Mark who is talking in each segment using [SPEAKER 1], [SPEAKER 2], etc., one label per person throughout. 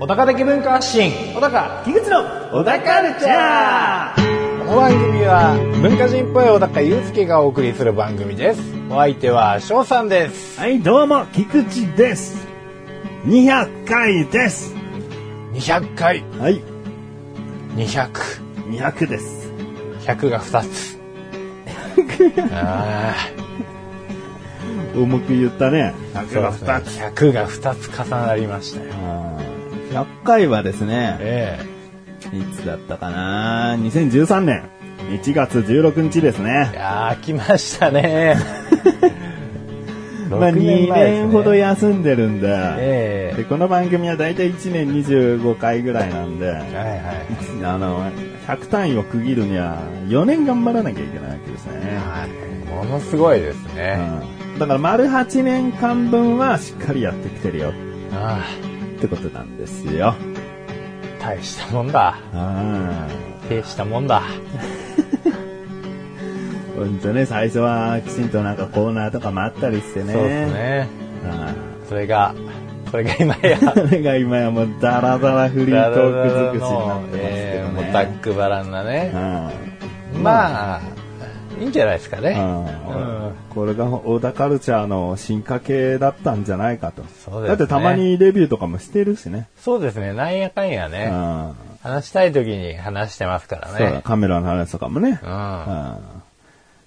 [SPEAKER 1] 小高的文化発信小高
[SPEAKER 2] 樋口の
[SPEAKER 1] 小高カルチャー
[SPEAKER 2] この番組は文化人っぽい小高祐介がお送りする番組ですお相手は翔さんです
[SPEAKER 3] はい、どうも、菊池です。200回です。
[SPEAKER 2] 200回
[SPEAKER 3] はい、
[SPEAKER 2] 200100
[SPEAKER 3] 200です。
[SPEAKER 2] が2つあ
[SPEAKER 3] うまく言ったね。
[SPEAKER 2] あそうですね。100が2つ重なりましたよ
[SPEAKER 3] 100回はですね、
[SPEAKER 2] え
[SPEAKER 3] いつだったかな2013年1月16日です
[SPEAKER 2] えい
[SPEAKER 3] ね。
[SPEAKER 2] やー来ました ね
[SPEAKER 3] まあ、
[SPEAKER 2] 6
[SPEAKER 3] 2
[SPEAKER 2] 年前ですね
[SPEAKER 3] 年ほど休んでるんで、
[SPEAKER 2] え
[SPEAKER 3] でこの番組はだいたい1年25回ぐらいなんで、
[SPEAKER 2] えはいはい
[SPEAKER 3] あの、100単位を区切るには4年頑張らなきゃいけないわけですね。
[SPEAKER 2] はいものすごいですね、
[SPEAKER 3] うんだから丸8年間分はしっかりやってきてるよ
[SPEAKER 2] あ
[SPEAKER 3] ってことなんですよ。
[SPEAKER 2] あ大したもんだ
[SPEAKER 3] あ
[SPEAKER 2] 大したもんだ
[SPEAKER 3] あ。ほんとね、最初はきちんとなんかコーナーとかもあったりしてね。
[SPEAKER 2] そうですね
[SPEAKER 3] あ
[SPEAKER 2] それがそれが今や
[SPEAKER 3] あ。それが今やもうダラダラフリートーク尽くしになってますけどね。
[SPEAKER 2] えーもうざっくばらんなね、
[SPEAKER 3] あ。
[SPEAKER 2] まあいいんじゃないですかね、
[SPEAKER 3] うん
[SPEAKER 2] うん
[SPEAKER 3] これが小田カルチャーの進化系だったんじゃないかと。
[SPEAKER 2] そうですね
[SPEAKER 3] だってたまにレビューとかもしてるしね。
[SPEAKER 2] そうですねなんやかんや
[SPEAKER 3] う
[SPEAKER 2] ね、
[SPEAKER 3] ん
[SPEAKER 2] 話したい時に話してますから
[SPEAKER 3] そうだ、
[SPEAKER 2] ね
[SPEAKER 3] カメラの話とかもね。
[SPEAKER 2] う
[SPEAKER 3] うん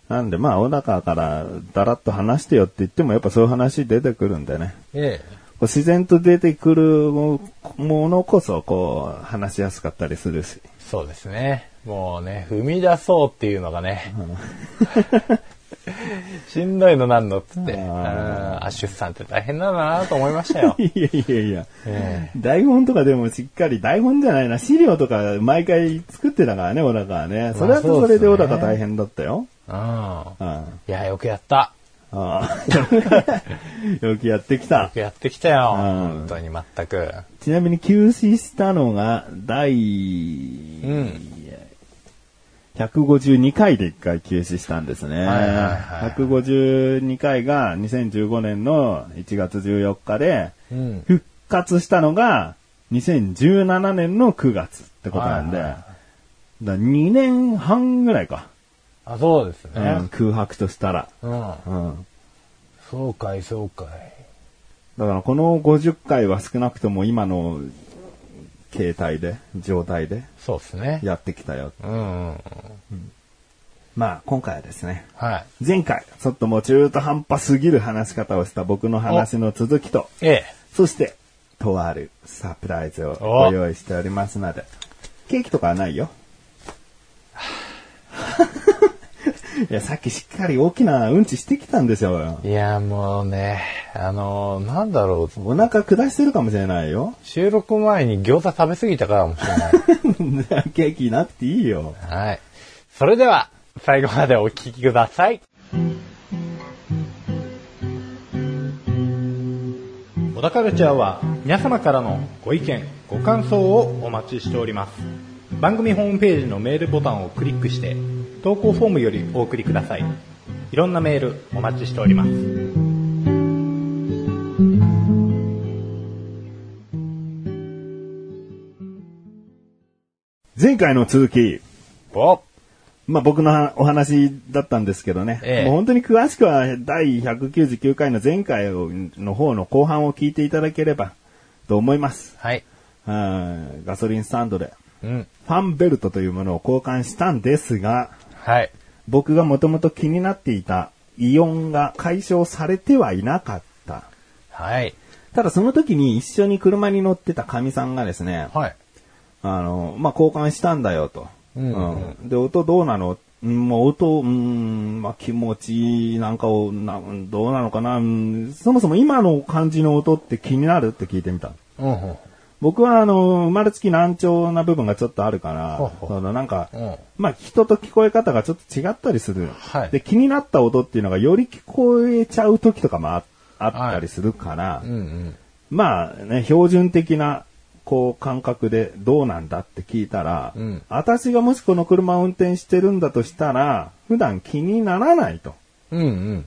[SPEAKER 3] なんでまあ、小高からだらっと話してよって言ってもやっぱそういう話出てくるんでね。
[SPEAKER 2] んえ
[SPEAKER 3] こう自然と出てくるものこそこう話しやすかったりするし。 、
[SPEAKER 2] えそうですねもうね踏み出そうっていうのがね、しんどいのなんのっつって、うん、アッシュさんって大変だなと思いましたよ
[SPEAKER 3] いやいやいや。
[SPEAKER 2] え
[SPEAKER 3] 台本とかでもしっかり、台本じゃないな、資料とか毎回作ってたからね、小高はね。それはそれで小高大変だったよ。
[SPEAKER 2] えうん
[SPEAKER 3] うん。あ
[SPEAKER 2] いやよくやった
[SPEAKER 3] あ よくやってきた
[SPEAKER 2] よく。やってきたよ、
[SPEAKER 3] うん
[SPEAKER 2] 本当に全く
[SPEAKER 3] ちなみに休止したのが第
[SPEAKER 2] うん
[SPEAKER 3] 152回で1回休止したんですね。
[SPEAKER 2] はいはいはい
[SPEAKER 3] 152回が2015年の1月14日で、
[SPEAKER 2] うん
[SPEAKER 3] 復活したのが2017年の9月ってことなんで、
[SPEAKER 2] はいはい
[SPEAKER 3] だ2年半ぐらいか、
[SPEAKER 2] あそうですね、
[SPEAKER 3] うん空白としたら。
[SPEAKER 2] うん。
[SPEAKER 3] うん
[SPEAKER 2] そうかい、そうかい。
[SPEAKER 3] だからこの50回は少なくとも今の携帯で、状態で
[SPEAKER 2] そうですね。
[SPEAKER 3] やってきたよ。
[SPEAKER 2] うんうんうん。
[SPEAKER 3] まあ今回はですね、
[SPEAKER 2] はい。
[SPEAKER 3] 前回、ちょっともう中途半端すぎる話し方をした僕の話の続きと、
[SPEAKER 2] ええ。
[SPEAKER 3] そして、とあるサプライズをご用意しておりますので、ケーキとかはないよ。 いや、さっきしっかり大きなうんちしてきたんですよ。
[SPEAKER 2] いや、もうね、あのーなんだろう。
[SPEAKER 3] お腹下してるかもしれないよ。
[SPEAKER 2] 収録前に餃子食べ過ぎたからかもしれない。
[SPEAKER 3] ケーキなくていいよ。
[SPEAKER 2] はい。それでは、最後までお聞きください。小田カルチャーは皆様からのご意見、ご感想をお待ちしております。番組ホームページのメールボタンをクリックして、投稿フォームよりお送りください。いろんなメールお待ちしております。
[SPEAKER 3] 前回の続き、
[SPEAKER 2] お
[SPEAKER 3] まあ、僕のはお話だったんですけどね、
[SPEAKER 2] ええ
[SPEAKER 3] もう本当に詳しくは第199回の前回をの方の後半を聞いていただければと思います。
[SPEAKER 2] はい。
[SPEAKER 3] うんガソリンスタンドで
[SPEAKER 2] うん。
[SPEAKER 3] ファンベルトというものを交換したんですが、
[SPEAKER 2] はい。
[SPEAKER 3] 僕がもともと気になっていた異音が解消されてはいなかった。
[SPEAKER 2] はい。
[SPEAKER 3] ただその時に一緒に車に乗ってた神さんがですね、
[SPEAKER 2] はい。
[SPEAKER 3] あの、まあ、交換したんだよと。
[SPEAKER 2] うんうん
[SPEAKER 3] で、音どうなのうん、まあ、音、うん、まあ、気持ちなんかを、などうなのかな、うん、そもそも今の感じの音って気になるって聞いてみた。
[SPEAKER 2] うんうん。
[SPEAKER 3] 僕は、あの、生まれつき難聴な部分がちょっとあるから、
[SPEAKER 2] ほうほう
[SPEAKER 3] そのなんか、
[SPEAKER 2] うん
[SPEAKER 3] まあ、人と聞こえ方がちょっと違ったりする。
[SPEAKER 2] はい
[SPEAKER 3] で、気になった音っていうのがより聞こえちゃう時とかもああったりするから、
[SPEAKER 2] うんうん。
[SPEAKER 3] まあね、標準的なこう感覚でどうなんだって聞いたら、
[SPEAKER 2] うん
[SPEAKER 3] 私がもしこの車を運転してるんだとしたら、普段気にならないと。
[SPEAKER 2] うんうん。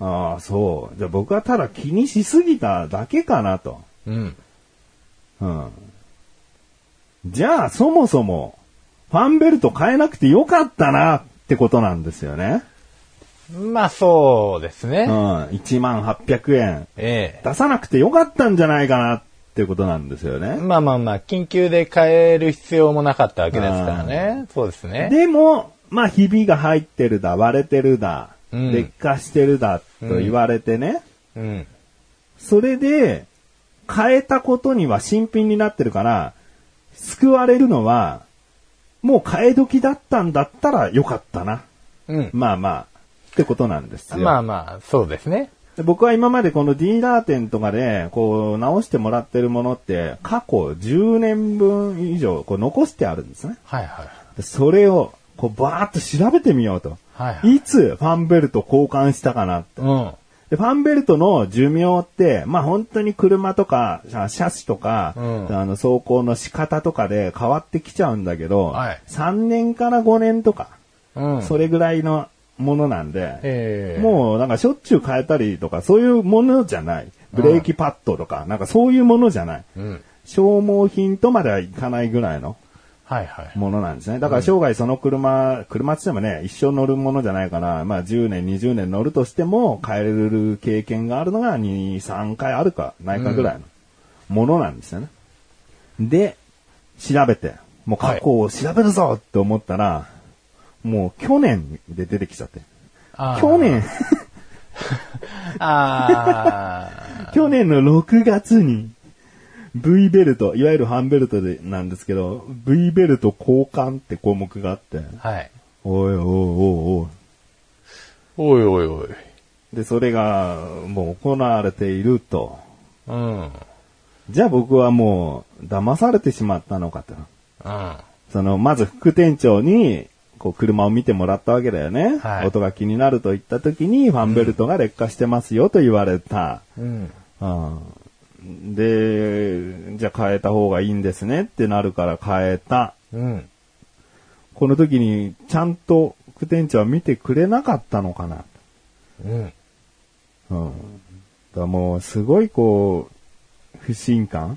[SPEAKER 3] ああ、そう。じゃあ僕はただ気にしすぎただけかなと。
[SPEAKER 2] うん。
[SPEAKER 3] うん。じゃあ、そもそも、ファンベルト変えなくてよかったなってことなんですよね。
[SPEAKER 2] まあそうですね。
[SPEAKER 3] うん。1万800円
[SPEAKER 2] え
[SPEAKER 3] 出さなくてよかったんじゃないかなってことなんですよね。
[SPEAKER 2] え。まあまあまあ、緊急で変える必要もなかったわけですからね。そうですね。
[SPEAKER 3] でも、まあ、ひびが入ってるだ、割れてるだ、
[SPEAKER 2] うん
[SPEAKER 3] 劣化してるだと言われてね、
[SPEAKER 2] うん。
[SPEAKER 3] それで、変えたことには新品になってるから、救われるのは、もう変え時だったんだったらよかったな。
[SPEAKER 2] うん。
[SPEAKER 3] まあまあ、ってことなんですよ。
[SPEAKER 2] まあまあ、そうですね。
[SPEAKER 3] で僕は今までこのディーラー店とかで、こう、直してもらってるものって、過去10年分以上、こう、残してあるんですね。
[SPEAKER 2] はいはい。
[SPEAKER 3] でそれを、こう、バーっと調べてみようと。
[SPEAKER 2] はいはい
[SPEAKER 3] い、つファンベルト交換したかなと。
[SPEAKER 2] うん。
[SPEAKER 3] で、ファンベルトの寿命って、まあ本当に車とか、あ車種とか、
[SPEAKER 2] うん
[SPEAKER 3] あの、走行の仕方とかで変わってきちゃうんだけど、
[SPEAKER 2] はい
[SPEAKER 3] 3年から5年とか、
[SPEAKER 2] うん。
[SPEAKER 3] それぐらいのものなんで、
[SPEAKER 2] ええ
[SPEAKER 3] もうなんかしょっちゅう変えたりとか、そういうものじゃない。ブレーキパッドとか、なんかそういうものじゃない。
[SPEAKER 2] うん。
[SPEAKER 3] 消耗品とまではいかないぐらいの
[SPEAKER 2] はいはい。
[SPEAKER 3] ものなんですね。だから生涯その車、車って言ってもね、一生乗るものじゃないから、まあ10年、20年乗るとしても変える経験があるのが2、3回あるかないかぐらいのものなんですよね。で、調べて、もう過去を調べるぞって思ったら、もう去年で出てきちゃって。
[SPEAKER 2] あー
[SPEAKER 3] 去年、
[SPEAKER 2] あ
[SPEAKER 3] 去年の6月に V ベルト、いわゆるハンベルトでなんですけど、V ベルト交換って項目があって、
[SPEAKER 2] あ。はい。
[SPEAKER 3] おいおいおいおい。
[SPEAKER 2] おいおいおい。
[SPEAKER 3] で、それが、もう行われていると。
[SPEAKER 2] うん。うん。
[SPEAKER 3] じゃあ僕はもう、騙されてしまったのかと。
[SPEAKER 2] は
[SPEAKER 3] その、まず副店長に、こう、車を見てもらったわけだよね。
[SPEAKER 2] はい
[SPEAKER 3] 音が気になると言った時に、ファンベルトが劣化してますよと言われた。
[SPEAKER 2] うん。
[SPEAKER 3] うんで、じゃあ変えた方がいいんですねってなるから変えた。
[SPEAKER 2] うん。
[SPEAKER 3] この時に、ちゃんと副店長は見てくれなかったのかな。
[SPEAKER 2] うん。
[SPEAKER 3] うん。だからもう、すごいこう、不信感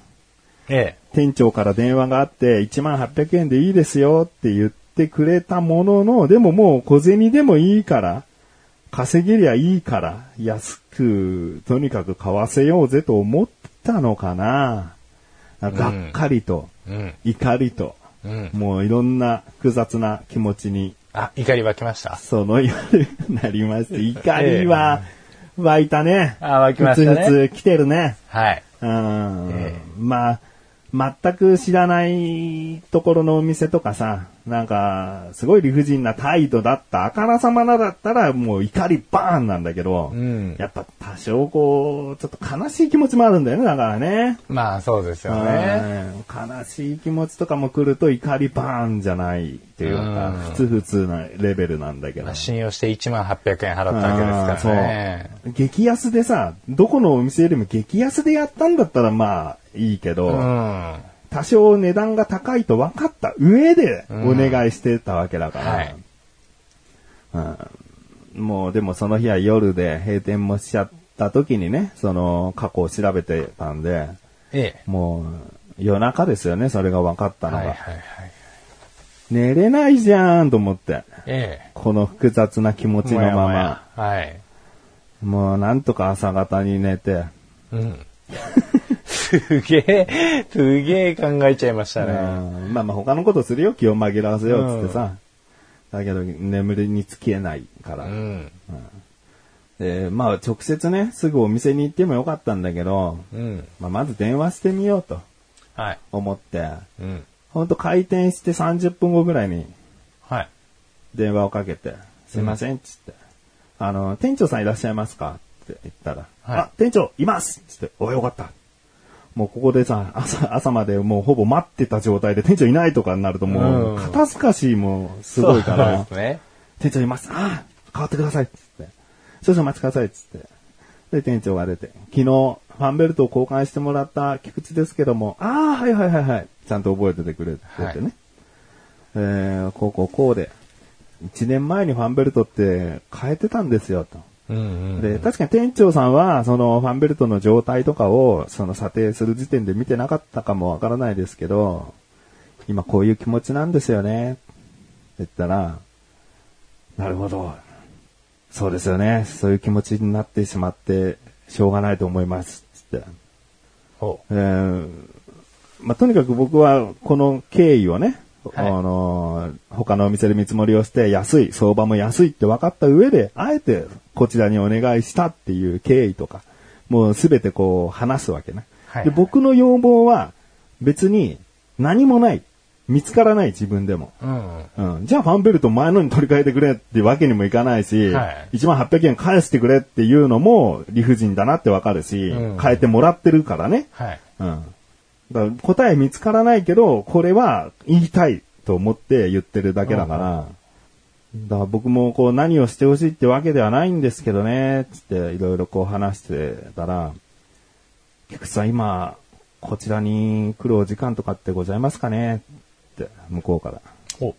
[SPEAKER 2] え
[SPEAKER 3] 店長から電話があって、1万800円でいいですよって言ってくれたものの、でももう小銭でもいいから、稼げりゃいいから、安く、とにかく買わせようぜと思ったのかな。がっかりと、
[SPEAKER 2] え。うん。
[SPEAKER 3] 怒りと、
[SPEAKER 2] うん。
[SPEAKER 3] もういろんな複雑な気持ちに
[SPEAKER 2] あ、怒りは来ました。
[SPEAKER 3] そのようになりまして、怒りは湧いたね。
[SPEAKER 2] あ湧きましたね
[SPEAKER 3] ふつふつ来てるね。
[SPEAKER 2] はい。
[SPEAKER 3] うん。
[SPEAKER 2] ええ
[SPEAKER 3] まあ、全く知らないところのお店とかさ、なんか、すごい理不尽な態度だった、あからさまなだったら、もう怒りバーンなんだけど、
[SPEAKER 2] うん
[SPEAKER 3] やっぱ多少こう、ちょっと悲しい気持ちもあるんだよね、だからね。
[SPEAKER 2] まあそうですよね。
[SPEAKER 3] うん悲しい気持ちとかも来ると怒りバーンじゃないっていうか、ふつふつなレベルなんだけど。
[SPEAKER 2] まあ信用して1万800円払ったわけですからね
[SPEAKER 3] あ。ーそう激安でさ、どこのお店よりも激安でやったんだったらまあいいけど、
[SPEAKER 2] うん。
[SPEAKER 3] 多少値段が高いと分かった上でお願いしてたわけだから、
[SPEAKER 2] はい
[SPEAKER 3] うんもうでもその日は夜で閉店もしちゃった時にね、その過去を調べてたんで、
[SPEAKER 2] ええ。
[SPEAKER 3] もう夜中ですよね、それが分かったのが。
[SPEAKER 2] はいはいはい。
[SPEAKER 3] 寝れないじゃんと思って、
[SPEAKER 2] え
[SPEAKER 3] この複雑な気持
[SPEAKER 2] え。
[SPEAKER 3] ちのまま、
[SPEAKER 2] もやもやはい。
[SPEAKER 3] もうなんとか朝方に寝て、
[SPEAKER 2] うん。すげえ、すげえ考えちゃいましたね。
[SPEAKER 3] うんまあまあ他のことするよ、気を紛らわせようっつってさ。だけど眠りにつけないから。
[SPEAKER 2] うん。
[SPEAKER 3] で、まあ直接ね、すぐお店に行ってもよかったんだけど、
[SPEAKER 2] うん。
[SPEAKER 3] まあまず電話してみようと
[SPEAKER 2] はい。
[SPEAKER 3] 思って、
[SPEAKER 2] うん。
[SPEAKER 3] ほんと開店して30分後ぐらいに
[SPEAKER 2] はい。
[SPEAKER 3] 電話をかけて、すいませんっつって、あの、店長さんいらっしゃいますかって言ったら、
[SPEAKER 2] はい
[SPEAKER 3] あ、店長いますっつって、およかった。もうここでさ、朝、朝までもうほぼ待ってた状態で店長いないとかになるとも
[SPEAKER 2] う
[SPEAKER 3] う、
[SPEAKER 2] ん
[SPEAKER 3] 肩透かしもすごいか
[SPEAKER 2] そう
[SPEAKER 3] ら、
[SPEAKER 2] ですね。
[SPEAKER 3] 店長います。ああ、変わってくださいっつって。少々お待ちくださいっつって。で、店長が出て、昨日、ファンベルトを交換してもらった菊池ですけども、ああ、はいはいはいはい。ちゃんと覚えててくれててね。えー、こうこうこうで、1年前にファンベルトって変えてたんですよ、と。
[SPEAKER 2] うんうん。
[SPEAKER 3] で、確かに店長さんは、そのファンベルトの状態とかを、その査定する時点で見てなかったかもわからないですけど、今こういう気持ちなんですよね。言ったら、なるほど。そうですよね。そういう気持ちになってしまって、しょうがないと思います。つって。
[SPEAKER 2] ほ
[SPEAKER 3] えーまあ、とにかく僕はこの経緯をね、
[SPEAKER 2] はい
[SPEAKER 3] あのー他のお店で見積もりをして安い、相場も安いって分かった上で、あえてこちらにお願いしたっていう経緯とか、もうすべてこう話すわけね。
[SPEAKER 2] はいはい
[SPEAKER 3] で僕の要望は別に何もない。見つからない自分でも。
[SPEAKER 2] う。うん。
[SPEAKER 3] うん、じゃあファンベルト前のに取り替えてくれってわけにもいかないし、
[SPEAKER 2] はい
[SPEAKER 3] 1万800円返してくれっていうのも理不尽だなってわかるし、
[SPEAKER 2] うん
[SPEAKER 3] 変えてもらってるからね。
[SPEAKER 2] はい。
[SPEAKER 3] うん。だから答え見つからないけど、これは言いたいと思って言ってるだけだから、だから僕もこう何をしてほしいってわけではないんですけどね、つっていろいろこう話してたら、菊池さん今、こちらに来るお時間とかってございますかねって、向こうから。
[SPEAKER 2] ほ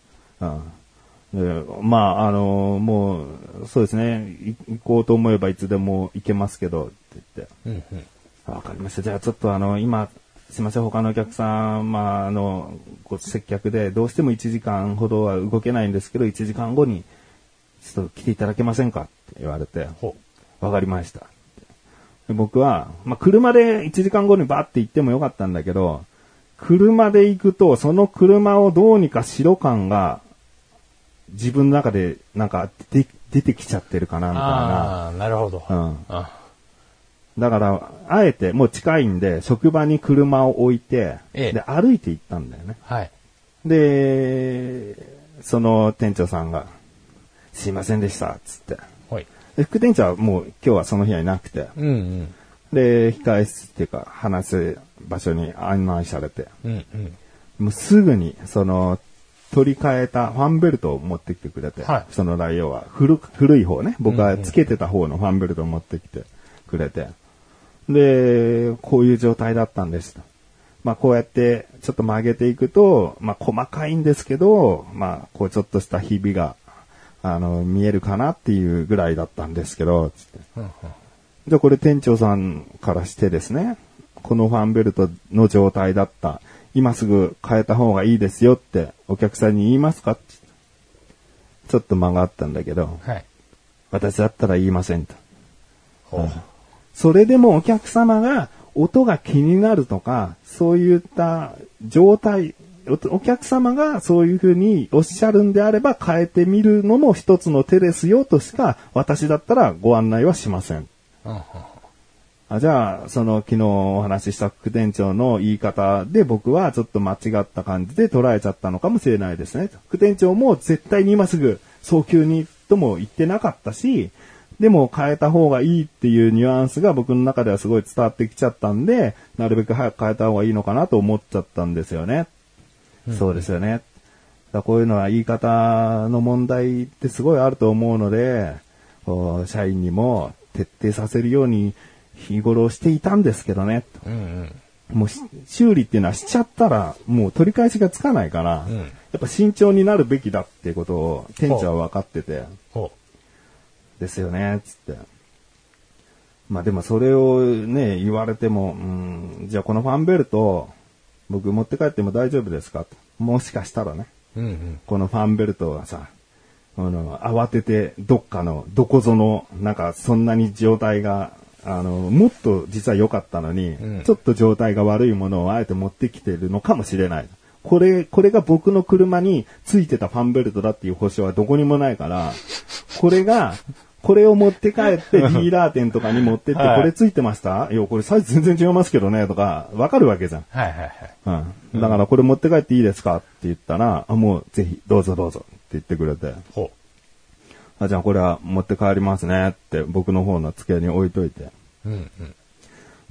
[SPEAKER 3] うん。でまあ、あのもう、そうですね、い行こうと思えばいつでも行けますけど、って言って。
[SPEAKER 2] う。うんうん。
[SPEAKER 3] あわかりました。じゃあちょっとあの、今、すいません、他のお客様のご接客で、どうしても1時間ほどは動けないんですけど、1時間後に、ちょっと来ていただけませんかって言われて、
[SPEAKER 2] ほ
[SPEAKER 3] わかりました。で僕は、まあ、車で1時間後にバーって行ってもよかったんだけど、車で行くと、その車をどうにか白感が、自分の中で、なんか、で出てきちゃってるかな、みたいな。
[SPEAKER 2] ああ、なるほど。
[SPEAKER 3] うん
[SPEAKER 2] あ
[SPEAKER 3] だから、あえて、もう近いんで、職場に車を置いて、
[SPEAKER 2] ええ
[SPEAKER 3] で、歩いて行ったんだよね。
[SPEAKER 2] はい。
[SPEAKER 3] で、その店長さんが、すいませんでした、つって。
[SPEAKER 2] ほい。
[SPEAKER 3] で副店長はもう今日はその日はいなくて、
[SPEAKER 2] うんうん。
[SPEAKER 3] で、控え室っていうか、話す場所に案内されて、
[SPEAKER 2] うんうん。
[SPEAKER 3] もうすぐに、その、取り替えたファンベルトを持ってきてくれて、
[SPEAKER 2] はい
[SPEAKER 3] その内容は古く、古い方ね、僕がつけてた方のファンベルトを持ってきてくれて、で、こういう状態だったんですと。まあこうやってちょっと曲げていくと、まあ細かいんですけど、まあこうちょっとしたひびが、あの、見えるかなっていうぐらいだったんですけど、つって。
[SPEAKER 2] うんうん。
[SPEAKER 3] じゃあこれ店長さんからしてですね、このファンベルトの状態だった、今すぐ変えた方がいいですよってお客さんに言いますかちょっと間があったんだけど、
[SPEAKER 2] はい。
[SPEAKER 3] 私だったら言いませんと。
[SPEAKER 2] ほ
[SPEAKER 3] それでもお客様が音が気になるとか、そういった状態、おお客様がそういうふうにおっしゃるんであれば変えてみるのも一つの手ですよとしか私だったらご案内はしません。
[SPEAKER 2] う。うんうん。
[SPEAKER 3] あじゃあ、その昨日お話しした副店長の言い方で僕はちょっと間違った感じで捉えちゃったのかもしれないですね。副店長も絶対に今すぐ早急にとも言ってなかったし、でも変えた方がいいっていうニュアンスが僕の中ではすごい伝わってきちゃったんで、なるべく早く変えた方がいいのかなと思っちゃったんですよね。そうですよね。だからこういうのは言い方の問題ってすごいあると思うので、こう社員にも徹底させるように日頃していたんですけどね。と
[SPEAKER 2] うんうん。
[SPEAKER 3] もうし修理っていうのはしちゃったらもう取り返しがつかないから、
[SPEAKER 2] ん
[SPEAKER 3] やっぱ慎重になるべきだっていうことを店長は分かってて。
[SPEAKER 2] ほ
[SPEAKER 3] ですよね、つって。まあでもそれをね、言われても、うん、じゃあこのファンベルト、僕持って帰っても大丈夫ですかともしかしたらね、
[SPEAKER 2] う。うんうん。
[SPEAKER 3] このファンベルトはさ、あの、慌ててどっかの、どこぞの、なんかそんなに状態が、あの、もっと実は良かったのに、
[SPEAKER 2] うん
[SPEAKER 3] ちょっと状態が悪いものをあえて持ってきてるのかもしれない。これ、これが僕の車についてたファンベルトだっていう保証はどこにもな いから、これが、これを持って帰ってディーラー店とかに持ってって、
[SPEAKER 2] はい
[SPEAKER 3] これついてましたいや、これサイズ全然違いますけどね、とか、わかるわけじゃん。
[SPEAKER 2] はいはいはい。
[SPEAKER 3] うん。だからこれ持って帰っていいですかって言ったら、あもうぜひどうぞどうぞって言ってくれて、
[SPEAKER 2] ほ
[SPEAKER 3] あじゃあこれは持って帰りますねって僕の方の机に置いといて。
[SPEAKER 2] う。うんうん。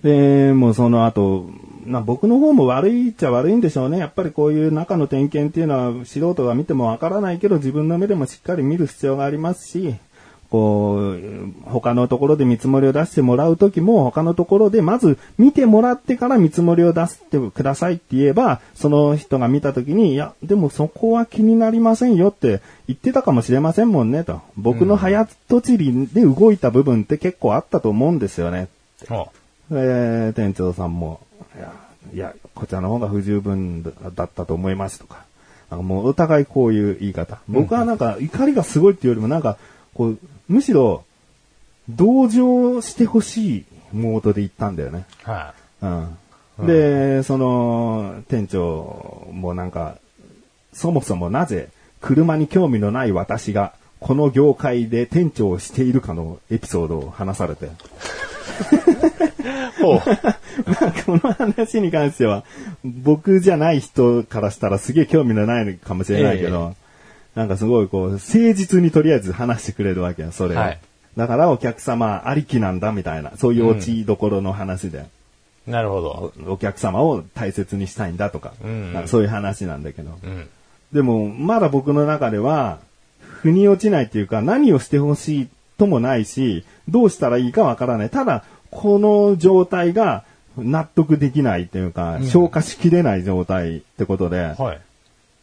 [SPEAKER 3] で、もうその後、な僕の方も悪いっちゃ悪いんでしょうね。やっぱりこういう中の点検っていうのは素人が見てもわからないけど自分の目でもしっかり見る必要がありますし、こう、他のところで見積もりを出してもらうときも、他のところでまず見てもらってから見積もりを出してくださいって言えば、その人が見たときに、いや、でもそこは気になりませんよって言ってたかもしれませんもんねと。僕の早とちりで動いた部分って結構あったと思うんですよね。
[SPEAKER 4] あ
[SPEAKER 3] えー、店長さんも、いや、いや、こちらの方が不十分だだったと思いますとか。なんかもうお互いこういう言い方。僕はなんか怒りがすごいっていうよりもなんか、こう、むしろ、同情してほしいモードで行ったんだよね。
[SPEAKER 4] は
[SPEAKER 3] うん。で、その、店長もなんか、そもそもなぜ、車に興味のない私が、この業界で店長をしているかのエピソードを話されて。
[SPEAKER 4] い。ほう。
[SPEAKER 3] まあ、この話に関しては、僕じゃない人からしたらすげえ興味のないのかもしれないけど、なんかすごいこう、誠実にとりあえず話してくれるわけや、それを
[SPEAKER 4] はい
[SPEAKER 3] だからお客様ありきなんだみたいな、そういう落ちどころの話で、
[SPEAKER 4] なるほど。
[SPEAKER 3] お客様を大切にしたいんだとか、
[SPEAKER 4] うん
[SPEAKER 3] なんかそういう話なんだけど。
[SPEAKER 4] うん。
[SPEAKER 3] でも、まだ僕の中では、腑に落ちないっていうか、何をしてほしいともないし、どうしたらいいかわからない。ただ、この状態が納得できないっていうか、消化しきれない状態ってことで、
[SPEAKER 4] はい。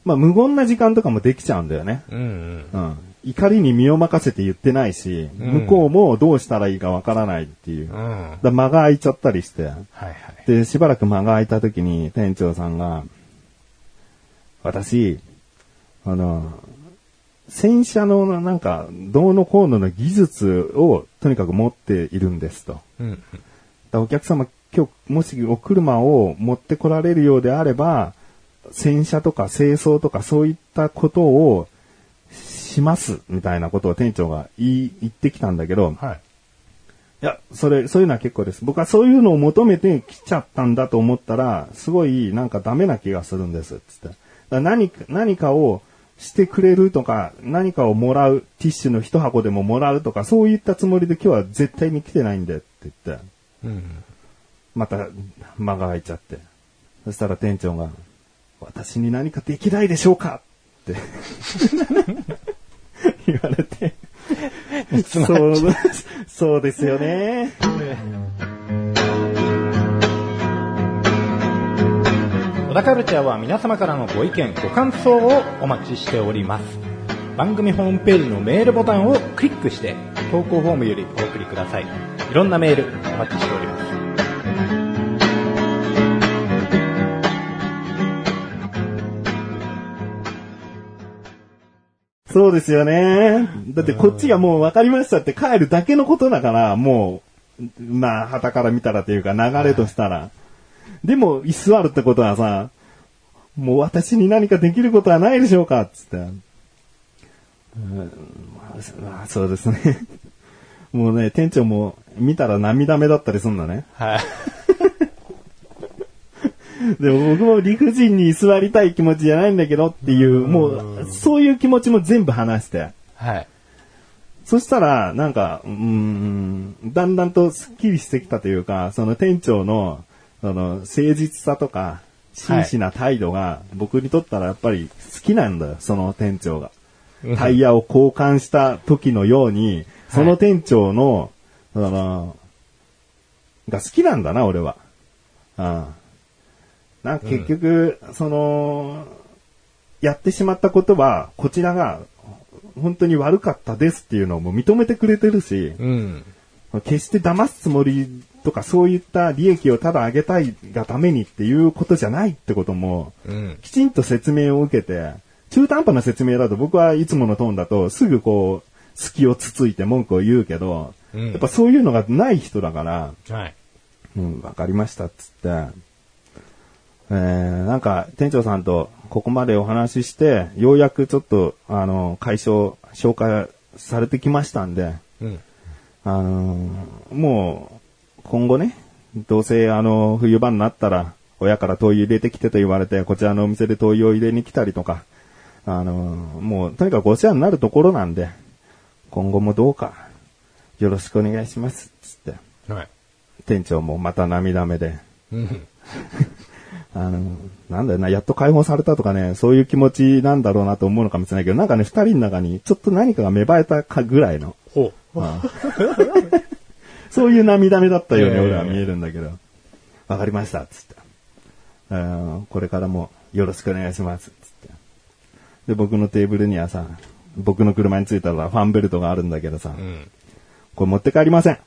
[SPEAKER 3] まあ、無言な時間とかもできちゃうんだよね。
[SPEAKER 4] うんうん。
[SPEAKER 3] うん。怒りに身を任せて言ってないし、向こうもどうしたらいいかわからないっていう。
[SPEAKER 4] う
[SPEAKER 3] だか
[SPEAKER 4] ん。はい
[SPEAKER 3] ら間が空いちゃったりして。
[SPEAKER 4] はい。
[SPEAKER 3] で、しばらく間が空いた時に店長さんが、私、あの、洗車のなんか、どうのこうのの技術をとにかく持っているんですと。だか
[SPEAKER 4] うん。
[SPEAKER 3] らお客様、今日、もしお車を持ってこられるようであれば、洗車とか清掃とかそういったことをします、みたいなことを店長が言い言ってきたんだけど、
[SPEAKER 4] はい。
[SPEAKER 3] いや、それ、そういうのは結構です。僕はそういうのを求めて来ちゃったんだと思ったら、すごいなんかダメな気がするんです、つって。だから何か、何かをしてくれるとか、何かをもらう、ティッシュの一箱でももらうとか、そういったつもりで今日は絶対に来てないんで、って言って。
[SPEAKER 4] うん。
[SPEAKER 3] また間が空いちゃって。そしたら店長が、私に何かできないでしょうかって言われて。そう、そうですよね。
[SPEAKER 4] 小田カルチャーは皆様からのご意見、ご感想をお待ちしております。番組ホームページのメールボタンをクリックして、投稿フォームよりお送りください。いろんなメールお待ちしております。
[SPEAKER 3] そうですよね。だってこっちがもう分かりましたって帰るだけのことだから、もう、まあ、旗から見たらというか流れとしたら。でも、居座るってことはさ、もう私に何かできることはないでしょうかっつって。うんまあそまあ、そうですね。もうね、店長も見たら涙目だったりすんのね。
[SPEAKER 4] はい。
[SPEAKER 3] でも僕も理不尽に居座りたい気持ちじゃないんだけどっていう、もう、そういう気持ちも全部話して。
[SPEAKER 4] はい。
[SPEAKER 3] そしたら、なんか、うーん、だんだんとスッキリしてきたというか、その店長の、その、誠実さとか、真摯な態度が、僕にとったらやっぱり好きなんだよ、その店長が。タイヤを交換した時のように、その店長の、その、が好きなんだな、俺は。うん。なんか結局、その、やってしまったことは、こちらが、本当に悪かったですっていうのをもう認めてくれてるし、
[SPEAKER 4] うん。
[SPEAKER 3] 決して騙すつもりとかそういった利益をただ上げたいがためにっていうことじゃないってことも、
[SPEAKER 4] うん。
[SPEAKER 3] きちんと説明を受けて、中途半端な説明だと僕はいつものトーンだとすぐこう、隙をつついて文句を言うけど、
[SPEAKER 4] うん
[SPEAKER 3] やっぱそういうのがない人だから、
[SPEAKER 4] はい。
[SPEAKER 3] うん、わかりましたっつって、えー、なんか店長さんとここまでお話しして、ようやくちょっと、あの、解消、紹介されてきましたんで、
[SPEAKER 4] うん。
[SPEAKER 3] あのーもう、今後ね、どうせあの、冬場になったら、親から灯油入れてきてと言われて、こちらのお店で灯油を入れに来たりとか、あのーもう、とにかくお世話になるところなんで、今後もどうか、よろしくお願いします、つって。
[SPEAKER 4] はい。
[SPEAKER 3] 店長もまた涙目で、
[SPEAKER 4] うん。
[SPEAKER 3] あの、なんだよな、やっと解放されたとかね、そういう気持ちなんだろうなと思うのかもしれないけど、なんかね、二人の中にちょっと何かが芽生えたかぐらいの、
[SPEAKER 2] ほ
[SPEAKER 3] そういう涙目だったように
[SPEAKER 2] ええ
[SPEAKER 3] 俺は見えるんだけど。わかりました、つって。あーこれからもよろしくお願いします、つって。で、僕のテーブルにはさ、僕の車に着いたらファンベルトがあるんだけどさ、
[SPEAKER 2] う。うん。
[SPEAKER 3] これ持って帰りません。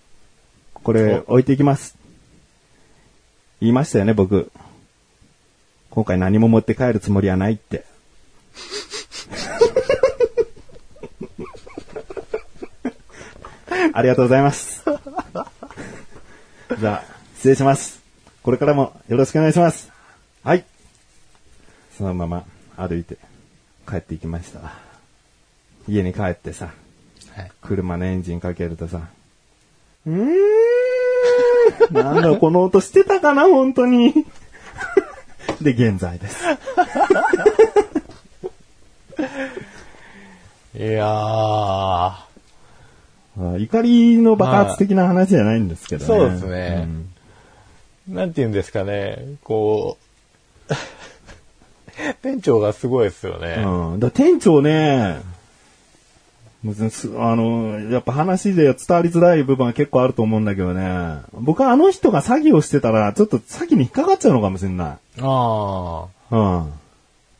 [SPEAKER 3] これ置いていきます。言いましたよね、僕。今回何も持って帰るつもりはないって。ありがとうございます。じゃあ、失礼します。これからもよろしくお願いします。はい。そのまま歩いて帰っていきました。家に帰ってさ。
[SPEAKER 2] はい。
[SPEAKER 3] 車のエンジンかけるとさ、うーん、なんだろう、この音してたかな、本当に。で、現在 です。
[SPEAKER 2] いやー。
[SPEAKER 3] あ怒りの爆発的な話じゃないんですけどね。
[SPEAKER 2] そうですね
[SPEAKER 3] ん
[SPEAKER 2] なんて言うんですかね、こう、 店長がすごいですよね。
[SPEAKER 3] うん。だから店長ね、別にすあの、やっぱ話で伝わりづらい部分は結構あると思うんだけどね。僕はあの人が詐欺をしてたら、ちょっと詐欺に引っかかっちゃうのかもしれない。
[SPEAKER 2] ああ。
[SPEAKER 3] うん。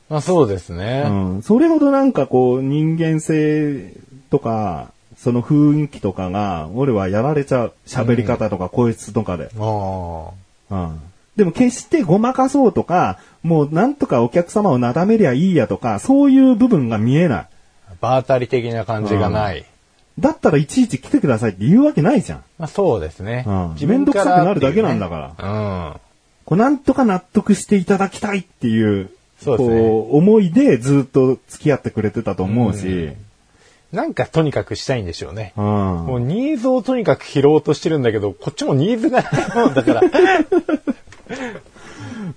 [SPEAKER 2] まあそうですね。
[SPEAKER 3] うん。それほどなんかこう、人間性とか、その雰囲気とかが、俺はやられちゃう。喋り方とか、声質とかで。
[SPEAKER 2] あ
[SPEAKER 3] うん。でも決してごまかそうとか、もうなんとかお客様をなだめりゃいいやとか、そういう部分が見えない。
[SPEAKER 2] あ。場当たり的な感じがない。
[SPEAKER 3] だったらいちいち来てくださいって言うわけないじゃん。
[SPEAKER 2] まあそうですね。
[SPEAKER 3] うん
[SPEAKER 2] 自分から
[SPEAKER 3] めんどくさくなるだけなんだから
[SPEAKER 2] ら。うん。
[SPEAKER 3] こうなんとか納得していただきたいっていう、
[SPEAKER 2] そうですね
[SPEAKER 3] こう、思いでずっと付き合ってくれてたと思うし、
[SPEAKER 2] なんかとにかくしたいんでしょうね。
[SPEAKER 3] うん。
[SPEAKER 2] もうニーズをとにかく拾おうとしてるんだけど、こっちもニーズがないもんだ から。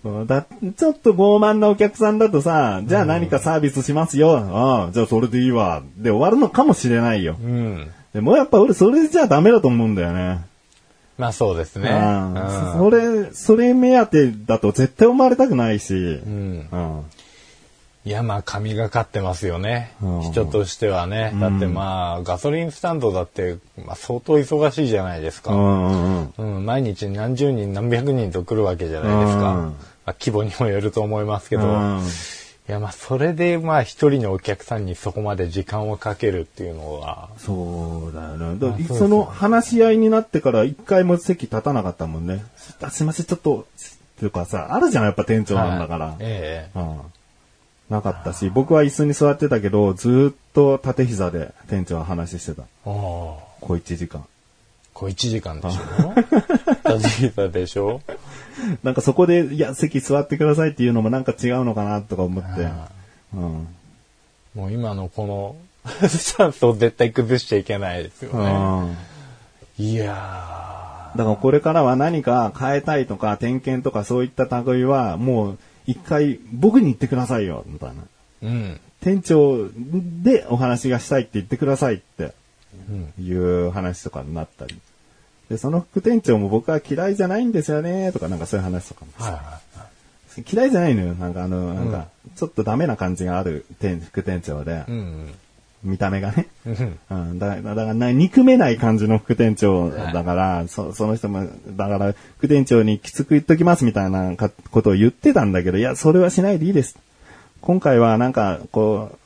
[SPEAKER 3] うんだちょっと傲慢なお客さんだとさ、じゃあ何かサービスしますよ。ああ、じゃあそれでいいわ。で終わるのかもしれないよ
[SPEAKER 2] う。ん。
[SPEAKER 3] でもやっぱ俺それじゃダメだと思うんだよね。
[SPEAKER 2] まあそうですね。
[SPEAKER 3] うん
[SPEAKER 2] うん
[SPEAKER 3] それ、それ目当てだと絶対思われたくないし。う。
[SPEAKER 2] うんん。いや、まあ、神がかってますよね
[SPEAKER 3] うん。
[SPEAKER 2] 人としてはね。だってまあ、ガソリンスタンドだって、まあ、相当忙しいじゃないです
[SPEAKER 3] う
[SPEAKER 2] か。
[SPEAKER 3] んうんうん。
[SPEAKER 2] うん、毎日何十人、何百人と来るわけじゃないですか。
[SPEAKER 3] うん
[SPEAKER 2] まあ、規模にもよると思いますけど。
[SPEAKER 3] うん
[SPEAKER 2] いや、まあ、それで、まあ、一人のお客さんにそこまで時間をかけるっていうのは、
[SPEAKER 3] そうだよね。だ
[SPEAKER 2] あそうです
[SPEAKER 3] その話し合いになってから一回も席立たなかったもんね。あすいません、ちょっと、っていうかさ、あるじゃん、やっぱ店長なんだから。
[SPEAKER 2] はいええ
[SPEAKER 3] うんなかったし、僕は椅子に座ってたけど、ずーっと縦膝で店長は話してた。
[SPEAKER 2] おー
[SPEAKER 3] 小1時間。
[SPEAKER 2] こう1時間でし ょ立ち膝でしょ
[SPEAKER 3] なんかそこで、いや、席座ってくださいっていうのもなんか違うのかなとか思って。うん。
[SPEAKER 2] もう今のこの、 スタンスを絶対崩しちゃいけないですよ
[SPEAKER 3] う
[SPEAKER 2] ね。
[SPEAKER 3] ん。
[SPEAKER 2] いや
[SPEAKER 3] だからこれからは何か変えたいとか、点検とかそういった類は、もう一回僕に言ってくださいよ、みたいな。
[SPEAKER 2] ー。うん。
[SPEAKER 3] 店長でお話がしたいって言ってくださいっていう話とかになったり。で、その副店長も僕は嫌いじゃないんですよねとかなんかそういう話とかも。
[SPEAKER 2] はいはいは
[SPEAKER 3] 嫌いじゃないのよ。なんかあの、なんか、ちょっとダメな感じがある店副店長で
[SPEAKER 2] い。う、ん。
[SPEAKER 3] 見た目がね。
[SPEAKER 2] うん。
[SPEAKER 3] うん、だだだからな、憎めない感じの副店長だから、そその人も、だから、副店長にきつく言っときますみたいなかことを言ってたんだけど、いや、それはしないでいいです。今回はなんか、こう、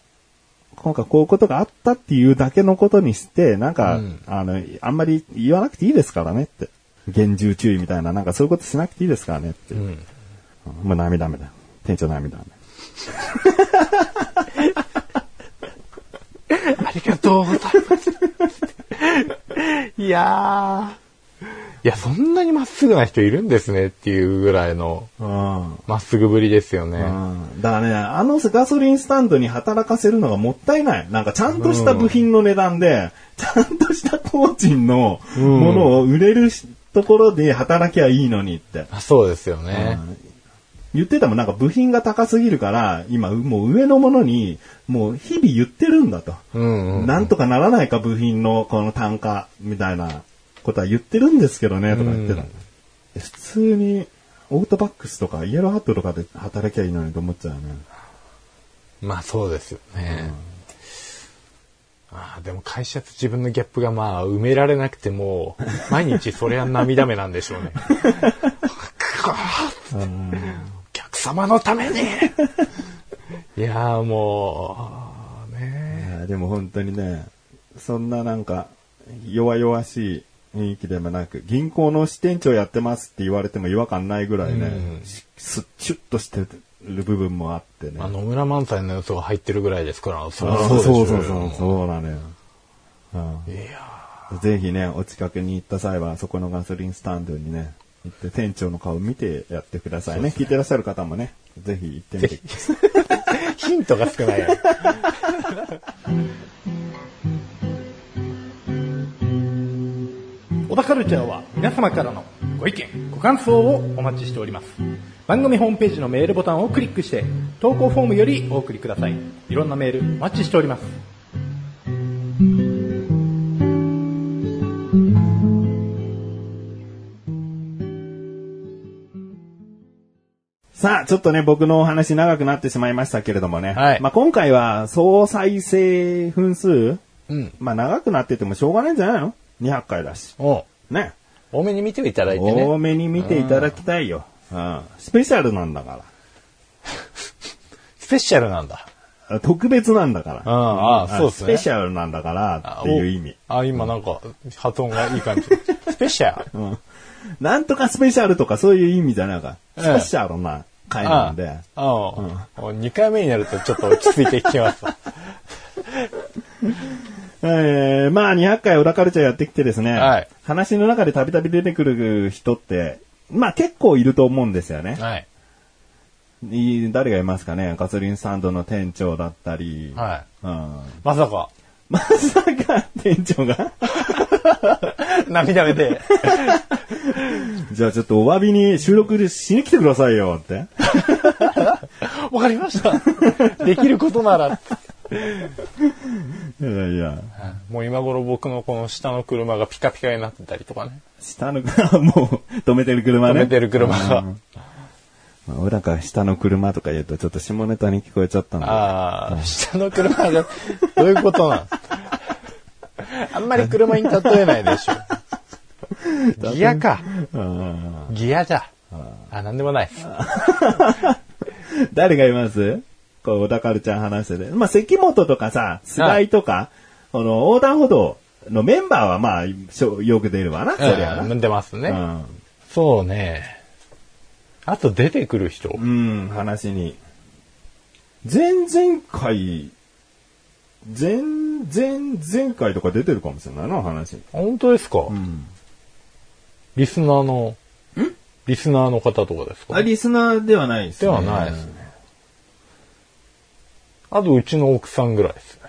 [SPEAKER 3] 今回こういうことがあったっていうだけのことにして、なんか、
[SPEAKER 2] うん
[SPEAKER 3] あの、あんまり言わなくていいですからねって。厳重注意みたいな、なんかそういうことしなくていいですからねって。
[SPEAKER 2] う
[SPEAKER 3] うん
[SPEAKER 2] ん。
[SPEAKER 3] もう涙目だよ。店長涙目。
[SPEAKER 2] ありがとうございます。いやー。いや、そんなにまっすぐな人いるんですねっていうぐらいの
[SPEAKER 3] うん。
[SPEAKER 2] まっすぐぶりですよね。
[SPEAKER 3] うんだからね、あのガソリンスタンドに働かせるのがもったいない。なんかちゃんとした部品の値段で、ちゃんとした工賃のものを売れるしところで働きゃいいのにって。
[SPEAKER 2] あそうですよね。
[SPEAKER 3] 言ってたもんなんか部品が高すぎるから、今もう上のものに、もう日々言ってるんだと。
[SPEAKER 2] うんうん。
[SPEAKER 3] なんとかならないか部品のこの単価みたいなことは言ってるんですけどねとか言ってた、普通にオートバックスとかイエローハットとかで働きゃいいのにと思っちゃうよね。
[SPEAKER 2] まあそうですよね。ああ、でも会社と自分のギャップがまあ埋められなくても、毎日それは涙目なんでしょう ね。くわーお客様のためにいやーもう、ね
[SPEAKER 3] いやでも本当にね、そんななんか、弱々しい雰囲気でもなく、銀行の支店長やってますって言われても違和感ないぐらいね、しすっちゅっとしてる部分もあってね。
[SPEAKER 2] まあ野村萬斎の要素が入ってるぐらいですから、そりゃ
[SPEAKER 3] そうそう
[SPEAKER 2] でし
[SPEAKER 3] そ
[SPEAKER 2] ょ
[SPEAKER 3] うそう、そうなのよ。うん
[SPEAKER 2] いや
[SPEAKER 3] ぜひね、お近くに行った際は、そこのガソリンスタンドにね、行って店長の顔見てやってくださいね。聞いてらっしゃる方もね、ぜひ行ってみて。
[SPEAKER 2] ーヒントが少ないよ。
[SPEAKER 4] 小田カルチャーは皆様からのご意見、ご感想をお待ちしております。番組ホームページのメールボタンをクリックして、投稿フォームよりお送りください。いろんなメールお待ちしております。
[SPEAKER 3] さあ、ちょっとね、僕のお話長くなってしまいましたけれどもね。
[SPEAKER 2] はい
[SPEAKER 3] まあ今回は、総再生分数
[SPEAKER 2] うん。
[SPEAKER 3] まあ長くなっててもしょうがないんじゃないの ?200 回だし。
[SPEAKER 2] おう
[SPEAKER 3] ね。
[SPEAKER 2] 多めに見ていただいて
[SPEAKER 3] 多
[SPEAKER 2] ね。
[SPEAKER 3] めに見ていただきたいよ。うん。スペシャルなんだか
[SPEAKER 2] スペシャルなんだ。
[SPEAKER 3] ら。特別なんだから。
[SPEAKER 2] ああ、そうです
[SPEAKER 3] ス
[SPEAKER 2] ね。
[SPEAKER 3] ペシャルなんだからっていう意味。
[SPEAKER 2] あ、今なんか、発音がいい感じ。 スペシャル。
[SPEAKER 3] うん。なんとかスペシャルとかそういう意味じゃないから。ス
[SPEAKER 2] ええ
[SPEAKER 3] ペシャルな回な
[SPEAKER 2] あ
[SPEAKER 3] んで。
[SPEAKER 2] あ、ああ、2回目になるとちょっと落ち着いて きます。
[SPEAKER 3] えー、まあ200回裏カルチャーやってきてですね。
[SPEAKER 2] はい
[SPEAKER 3] 話の中でたびたび出てくる人って、まあ結構いると思うんですよね。
[SPEAKER 2] はい。
[SPEAKER 3] い誰がいますかねガソリンスタンドの店長だったり。
[SPEAKER 2] はい。
[SPEAKER 3] うん。
[SPEAKER 2] まさか、
[SPEAKER 3] まさか店長が
[SPEAKER 2] 涙目で。
[SPEAKER 3] じゃあちょっとお詫びに収録しに来てくださいよって。
[SPEAKER 2] わかりました。 できることなら。
[SPEAKER 3] いやいや。
[SPEAKER 2] もう今頃僕のこの下の車がピカピカになってたりとかね。
[SPEAKER 3] 下の、 もう止めてる車
[SPEAKER 2] 止
[SPEAKER 3] ね。
[SPEAKER 2] めてる車が。
[SPEAKER 3] まあ、裏から下の車とか言うとちょっと下ネタに聞こえちゃったんだ。
[SPEAKER 2] ああ、下の車が、 どういうことなん あんまり車に例えないでしょ。 ギアか。
[SPEAKER 3] うん
[SPEAKER 2] ギアじゃ。あ、なんでもないです。
[SPEAKER 3] 誰がいますこう、小田カルちゃん話してて。まあ、関本とかさ、菅井とか、この横断歩道のメンバーはまあ、しょよく出るわな、そりゃ
[SPEAKER 2] うん出ますね。
[SPEAKER 3] な。
[SPEAKER 2] そうね。あと出てくる人。
[SPEAKER 3] うん、うん、話に。前々回、前、前、前回とか出てるかもしれないな、話。
[SPEAKER 2] 本当ですか、
[SPEAKER 3] ん
[SPEAKER 2] リスナーの、リスナーの方とかですか
[SPEAKER 3] あ、リスナーではないです
[SPEAKER 2] で
[SPEAKER 3] ね。
[SPEAKER 2] はないですね。あと、うちの奥さんぐらいですね。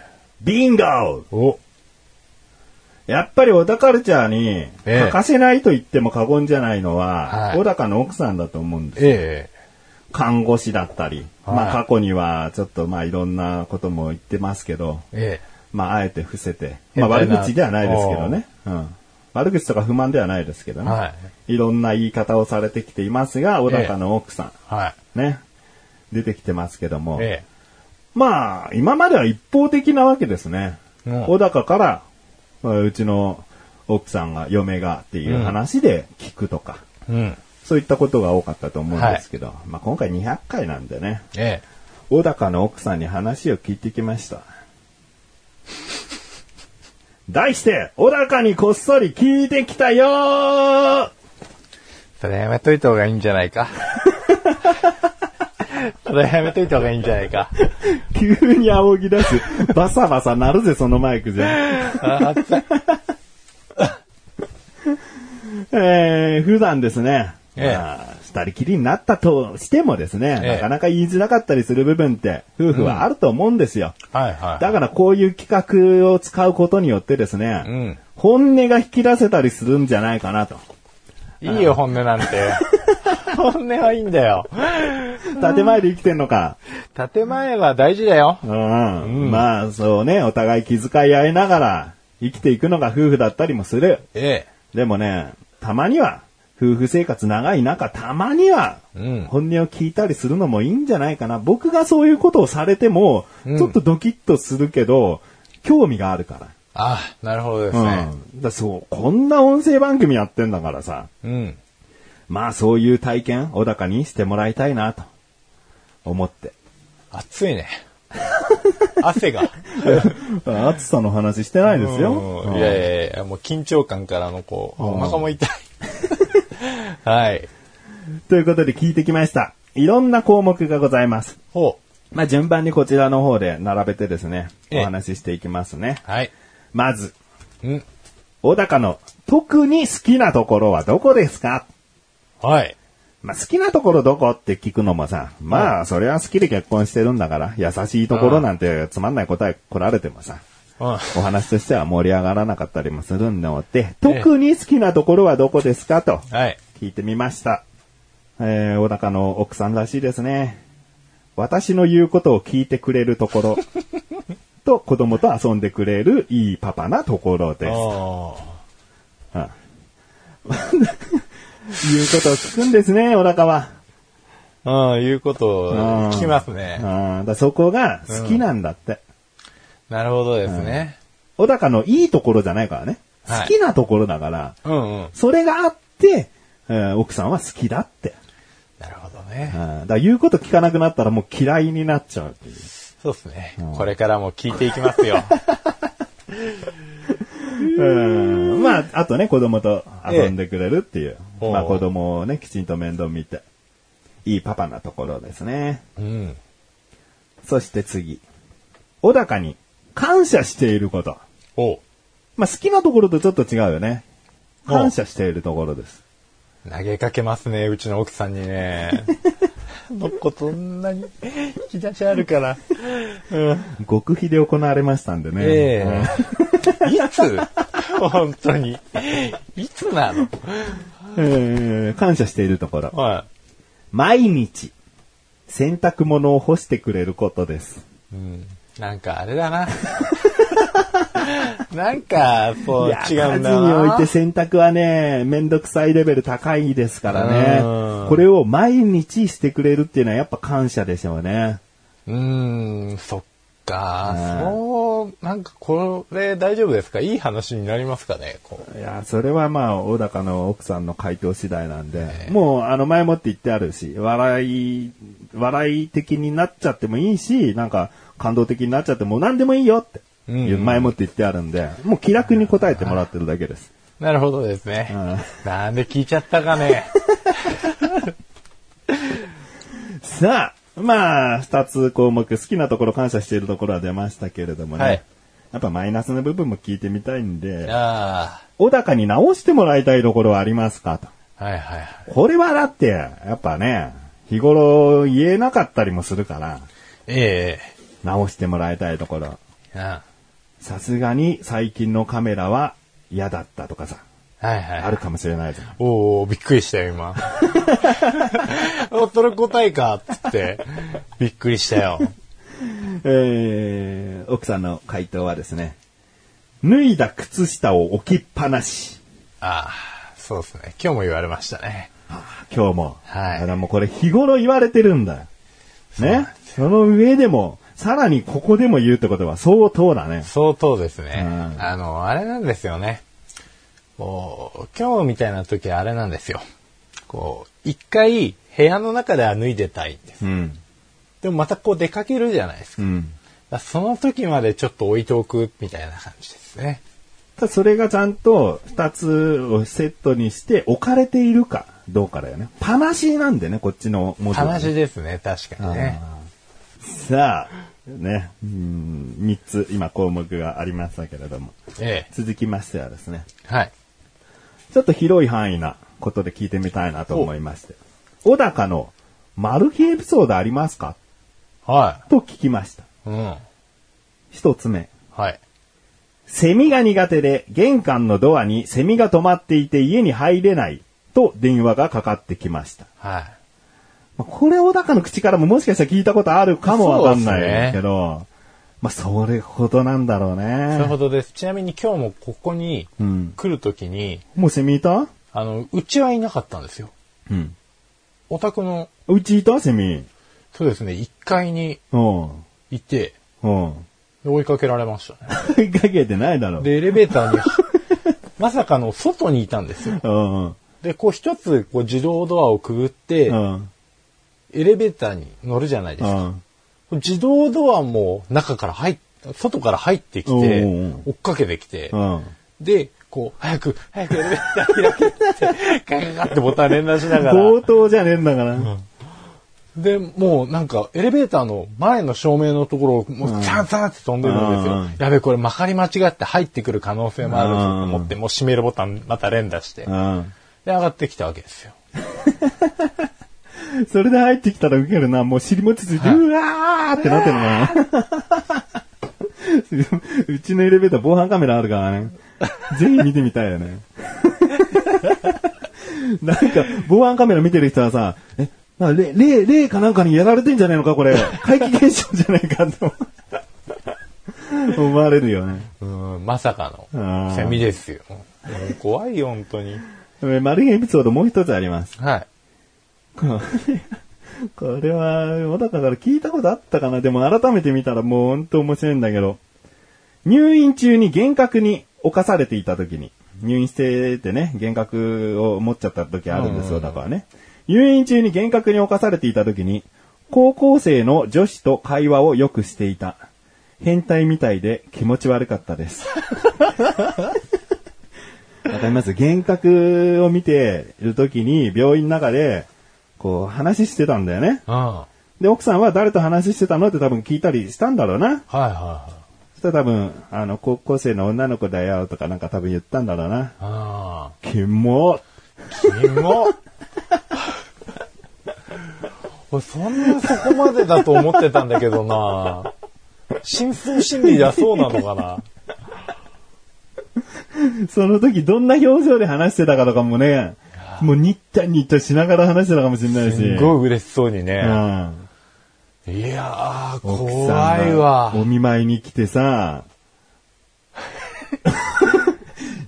[SPEAKER 3] ビンゴ
[SPEAKER 2] お
[SPEAKER 3] やっぱり小田カルチャーに
[SPEAKER 2] ええ
[SPEAKER 3] 欠かせないと言っても過言じゃないのは
[SPEAKER 2] は、い
[SPEAKER 3] 小高の奥さんだと思うんです。
[SPEAKER 2] え
[SPEAKER 3] 看護師だったり、
[SPEAKER 2] はい
[SPEAKER 3] まあ過去にはちょっとまあいろんなことも言ってますけど、
[SPEAKER 2] ええ
[SPEAKER 3] まああえて伏せて、
[SPEAKER 2] え
[SPEAKER 3] ま
[SPEAKER 2] え
[SPEAKER 3] あ悪口ではないですけどね。うん悪口とか不満ではないですけど
[SPEAKER 2] え
[SPEAKER 3] ね。
[SPEAKER 2] はい。
[SPEAKER 3] いろんな言い方をされてきていますが、小高の奥さ
[SPEAKER 2] はい。
[SPEAKER 3] ん、ね、出てきてますけども、
[SPEAKER 2] え
[SPEAKER 3] まあ、今までは一方的なわけですね。
[SPEAKER 2] うん
[SPEAKER 3] 小高から、まあうちの奥さんが、嫁がっていう話で聞くとか、
[SPEAKER 2] えうん。
[SPEAKER 3] そういったことが多かったと思うんですけど、まあ今回200回なんでね、
[SPEAKER 2] ええ
[SPEAKER 3] 小高の奥さんに話を聞いてきました。題して、小高にこっそり聞いてきたよー
[SPEAKER 2] それやめといた方がいいんじゃないか。 それやめといた方がいいんじゃないか。
[SPEAKER 3] 急に仰ぎ出す。バサバサなるぜ、そのマイクじゃ。
[SPEAKER 2] あ熱い
[SPEAKER 3] えー普段ですね、
[SPEAKER 2] ええ
[SPEAKER 3] まあ二人きりになったとしてもですね、
[SPEAKER 2] ええ
[SPEAKER 3] なかなか言いづらかったりする部分って、夫婦はあると思うんですよ。
[SPEAKER 2] はいはい。
[SPEAKER 3] だからこういう企画を使うことによってですね、
[SPEAKER 2] うん
[SPEAKER 3] 本音が引き出せたりするんじゃないかなと。
[SPEAKER 2] いいよ、本音なんて。 本音はいいんだよ。
[SPEAKER 3] 建前で生きてんのか。
[SPEAKER 2] 建前は大事だよ。
[SPEAKER 3] うん。まあ、そうね、お互い気遣い合いながら生きていくのが夫婦だったりもする。
[SPEAKER 2] え
[SPEAKER 3] でもね、たまには、夫婦生活長い中、たまには
[SPEAKER 2] うん、
[SPEAKER 3] 本音を聞いたりするのもいいんじゃないかな。僕がそういうことをされても、
[SPEAKER 2] ん
[SPEAKER 3] ちょっとドキッとするけど、興味があるから。
[SPEAKER 2] ああ、なるほどで
[SPEAKER 3] う
[SPEAKER 2] す
[SPEAKER 3] ん。
[SPEAKER 2] ね。
[SPEAKER 3] だからそう、こんな音声番組やってんだからさ、
[SPEAKER 2] うん。
[SPEAKER 3] まあそういう体験、小高にしてもらいたいなと、思って。
[SPEAKER 2] 暑いね。汗 が。
[SPEAKER 3] 暑さの話してないですよ。
[SPEAKER 2] うんいやいやいや、もう緊張感からのこう、お腹も痛い。 はい。
[SPEAKER 3] ということで聞いてきました。いろんな項目がございます。
[SPEAKER 2] ほ
[SPEAKER 3] まあ順番にこちらの方で並べてですね、
[SPEAKER 2] ええ
[SPEAKER 3] お話ししていきますね。
[SPEAKER 2] う。はい。
[SPEAKER 3] まず、
[SPEAKER 2] うん。
[SPEAKER 3] 小高の特に好きなところはどこですか
[SPEAKER 2] はい。
[SPEAKER 3] まあ、好きなところどこって聞くのもさ、まあ、それは好きで結婚してるんだから、優しいところなんてつまんない答え来られてもさ、
[SPEAKER 2] うん。
[SPEAKER 3] お話としては盛り上がらなかったりもするので、特に好きなところはどこですかと
[SPEAKER 2] はい。
[SPEAKER 3] 聞いてみました。えー、小高の奥さんらしいですね。私の言うことを聞いてくれるところと子供と遊んでくれるいいパパなところです。
[SPEAKER 2] あ
[SPEAKER 3] ああ 言うことを聞くんですね、小高は。
[SPEAKER 2] あ。うん、いうことを
[SPEAKER 3] うん
[SPEAKER 2] 聞きますね。
[SPEAKER 3] ああだそこが好きなんだって。
[SPEAKER 2] なるほどですね。
[SPEAKER 3] 小高のいいところじゃないからね。
[SPEAKER 2] はい
[SPEAKER 3] 好きなところだから、
[SPEAKER 2] うんうん。
[SPEAKER 3] それがあって、えー奥さんは好きだって。
[SPEAKER 2] なるほど
[SPEAKER 3] あ
[SPEAKER 2] ね。
[SPEAKER 3] あだから言うこと聞かなくなったらもう嫌いになっちゃうっていう。
[SPEAKER 2] そうですね。これからも聞いていきますよ。
[SPEAKER 3] うんまあ、あとね、子供と遊んでくれるっていう。
[SPEAKER 2] ええ
[SPEAKER 3] まあ、
[SPEAKER 2] おう
[SPEAKER 3] 子供をね、きちんと面倒見て、いいパパなところですね。
[SPEAKER 2] うん。
[SPEAKER 3] そして次。小高に感謝していること。
[SPEAKER 2] おう
[SPEAKER 3] まあ、好きなところとちょっと違うよね。感謝しているところです。
[SPEAKER 2] 投げかけますね、うちの奥さんに ね。の子そんなに引き出しあるから。うん。
[SPEAKER 3] 極秘で行われましたんでね。
[SPEAKER 2] ええいつ 本当に。いつなの
[SPEAKER 3] うんええ感謝しているところ。
[SPEAKER 2] は
[SPEAKER 3] 毎日、洗濯物を干してくれることです。
[SPEAKER 2] い。うん。なんかあれ だな。なんか、そう、
[SPEAKER 3] い
[SPEAKER 2] 違
[SPEAKER 3] や
[SPEAKER 2] うんだ
[SPEAKER 3] 家事におい
[SPEAKER 2] な
[SPEAKER 3] て。洗濯はね、めんどくさいレベル高いですから
[SPEAKER 2] う
[SPEAKER 3] ね
[SPEAKER 2] ん。
[SPEAKER 3] これを毎日してくれるっていうのはやっぱ感謝でしょうね。
[SPEAKER 2] うーん、そっか。そう、なんかこれ大丈夫ですかいい話になりますかねこう
[SPEAKER 3] いや、それはまあ、小高の奥さんの回答次第なんで、もう、あの、前もって言ってあるし、笑い、笑い的になっちゃってもいいし、なんか、感動的になっちゃっても何でもいいよって、
[SPEAKER 2] ん
[SPEAKER 3] いう前もって言ってあるんで、もう気楽に答えてもらってるだけです。
[SPEAKER 2] なるほどですね。なんで聞いちゃったかね。
[SPEAKER 3] さあ、まあ、二つ項目、好きなところ、感謝しているところは出ましたけれどもね。
[SPEAKER 2] はい
[SPEAKER 3] やっぱマイナスの部分も聞いてみたいんで、
[SPEAKER 2] あ
[SPEAKER 3] 小高に直してもらいたいところはありますかと。
[SPEAKER 2] あ。はいはいはい。
[SPEAKER 3] これはだって、やっぱね、日頃言えなかったりもするから、
[SPEAKER 2] え
[SPEAKER 3] 直してもらいたいところ。
[SPEAKER 2] えあ
[SPEAKER 3] さすがに最近のカメラは嫌だったとかさ、
[SPEAKER 2] あはいはい。
[SPEAKER 3] あるかもしれないじゃん。
[SPEAKER 2] おおびっくりしたよ、今。 おそれ答えか、つって。びっくりしたよ。
[SPEAKER 3] えー、奥さんの回答はですね、脱いだ靴下を置きっぱなし。
[SPEAKER 2] ああ、そうですね。今日も言われましたね。
[SPEAKER 3] 今日も。
[SPEAKER 2] はい
[SPEAKER 3] だからもうこれ日頃言われてるんだよ。ね。その上でも、さらにここでも言うってことは相当だね。
[SPEAKER 2] 相当ですね。
[SPEAKER 3] うん
[SPEAKER 2] あの、あれなんですよね。こう、今日みたいな時はあれなんですよ。こう、一回部屋の中では脱いでたいんです。
[SPEAKER 3] うん。
[SPEAKER 2] でもまたこう出かけるじゃないです
[SPEAKER 3] う
[SPEAKER 2] か。
[SPEAKER 3] ん。
[SPEAKER 2] だからその時までちょっと置いておくみたいな感じですね。
[SPEAKER 3] ただそれがちゃんと二つをセットにして置かれているかどうかだよね。パナシなんでね、こっちの文字はね、
[SPEAKER 2] 話ですね、確かにね。
[SPEAKER 3] さあ、ね、うん、三つ今項目がありましたけれども。
[SPEAKER 2] え
[SPEAKER 3] 続きましてはですね、
[SPEAKER 2] え。はい。
[SPEAKER 3] ちょっと広い範囲なことで聞いてみたいなと思いまして。小高のマル秘エピソードありますか
[SPEAKER 2] は
[SPEAKER 3] と聞きました。
[SPEAKER 2] い。うん。
[SPEAKER 3] 一つ目。
[SPEAKER 2] はい。
[SPEAKER 3] セミが苦手で玄関のドアにセミが止まっていて家に入れないと電話がかかってきました。
[SPEAKER 2] はい。
[SPEAKER 3] まあこれ小高の口からももしかしたら聞いたことあるかもわかんないけど、まあそれほどなんだろう
[SPEAKER 2] なる
[SPEAKER 3] ね。
[SPEAKER 2] ほどです。ちなみに今日もここに
[SPEAKER 3] うん
[SPEAKER 2] 来るときに、
[SPEAKER 3] もうセミいた
[SPEAKER 2] あの、うちはいなかったんですよ。
[SPEAKER 3] うん。
[SPEAKER 2] お宅の、
[SPEAKER 3] うちいたセミ。
[SPEAKER 2] そうですね、1階に
[SPEAKER 3] うん。
[SPEAKER 2] いて、
[SPEAKER 3] うん。
[SPEAKER 2] で追いかけられましたね。
[SPEAKER 3] 追いかけてないだろ。
[SPEAKER 2] で、エレベーターに、 まさかの外にいたんですよ。
[SPEAKER 3] うんうん。
[SPEAKER 2] で、こう一つ、こう自動ドアをくぐって、
[SPEAKER 3] うん。
[SPEAKER 2] エレベーターに乗るじゃないで
[SPEAKER 3] う
[SPEAKER 2] すか。
[SPEAKER 3] ん。
[SPEAKER 2] 自動ドアも中から入っ外から入ってきて、
[SPEAKER 3] おうおう
[SPEAKER 2] 追っかけてきて、
[SPEAKER 3] うん。
[SPEAKER 2] で、こう、早く、早くエレベーター開けて、ガ ンガンガンってボタン連打しながら
[SPEAKER 3] 強、盗じゃねえんだから。
[SPEAKER 2] で、もうなんか、エレベーターの前の照明のところを、もう、チャンチャンって飛んでるんですよ。
[SPEAKER 3] うんうん
[SPEAKER 2] やべ、これ、まかり間違って入ってくる可能性もあるぞ
[SPEAKER 3] う
[SPEAKER 2] と
[SPEAKER 3] ん
[SPEAKER 2] 思って、もう閉めるボタン、また連打して、で、
[SPEAKER 3] うん。
[SPEAKER 2] 上がってきたわけですよ。
[SPEAKER 3] それで入ってきたらウケるな。もう尻餅ついて、
[SPEAKER 2] はいう
[SPEAKER 3] わーってなってるな。 うちのエレベーター防犯カメラあるからね。ぜひ見てみたいよね。 なんか、防犯カメラ見てる人はさ、え、なんか、れ霊、霊かなんかにやられてんじゃないのか、これ。怪奇現象じゃないかと 思われるよね。
[SPEAKER 2] うん、まさか
[SPEAKER 3] うん
[SPEAKER 2] の、セミですよ。もう怖いよ、本当に。
[SPEAKER 3] えマルゲンエピソードもう一つあります。
[SPEAKER 2] はい。
[SPEAKER 3] これ、 これは、小高から聞いたことあったかなでも改めて見たらもう本当面白いんだけど、入院中に幻覚に侵されていた時に、入院しててね、幻覚を持っちゃった時あるんですよ、だからね。入院中に幻覚に侵されていた時に、高校生の女子と会話をよくしていた。変態みたいで気持ち悪かったです。わかります幻覚を見ている時に病院の中で、こう話してたんだよね。
[SPEAKER 2] うん。は
[SPEAKER 3] で、奥さんは誰と話してたのって多分聞いたりしたんだろうな。
[SPEAKER 2] いはいはい。
[SPEAKER 3] そしたら多分、あの、高校生の女の子だよとかなんか多分言ったんだろうな。
[SPEAKER 2] あ
[SPEAKER 3] キモ
[SPEAKER 2] あ、キモ俺そんなそこまでだと思ってたんだけどな真相心理だそうなのかな
[SPEAKER 3] その時どんな表情で話してたかとかもね、もうニッタニッタしながら話してたかもしれないし。
[SPEAKER 2] すっごい嬉しそうに
[SPEAKER 3] う
[SPEAKER 2] ね。
[SPEAKER 3] ん。
[SPEAKER 2] いやー、
[SPEAKER 3] 奥さ
[SPEAKER 2] 怖
[SPEAKER 3] ん
[SPEAKER 2] い
[SPEAKER 3] が
[SPEAKER 2] わ。
[SPEAKER 3] お見舞いに来 てさ、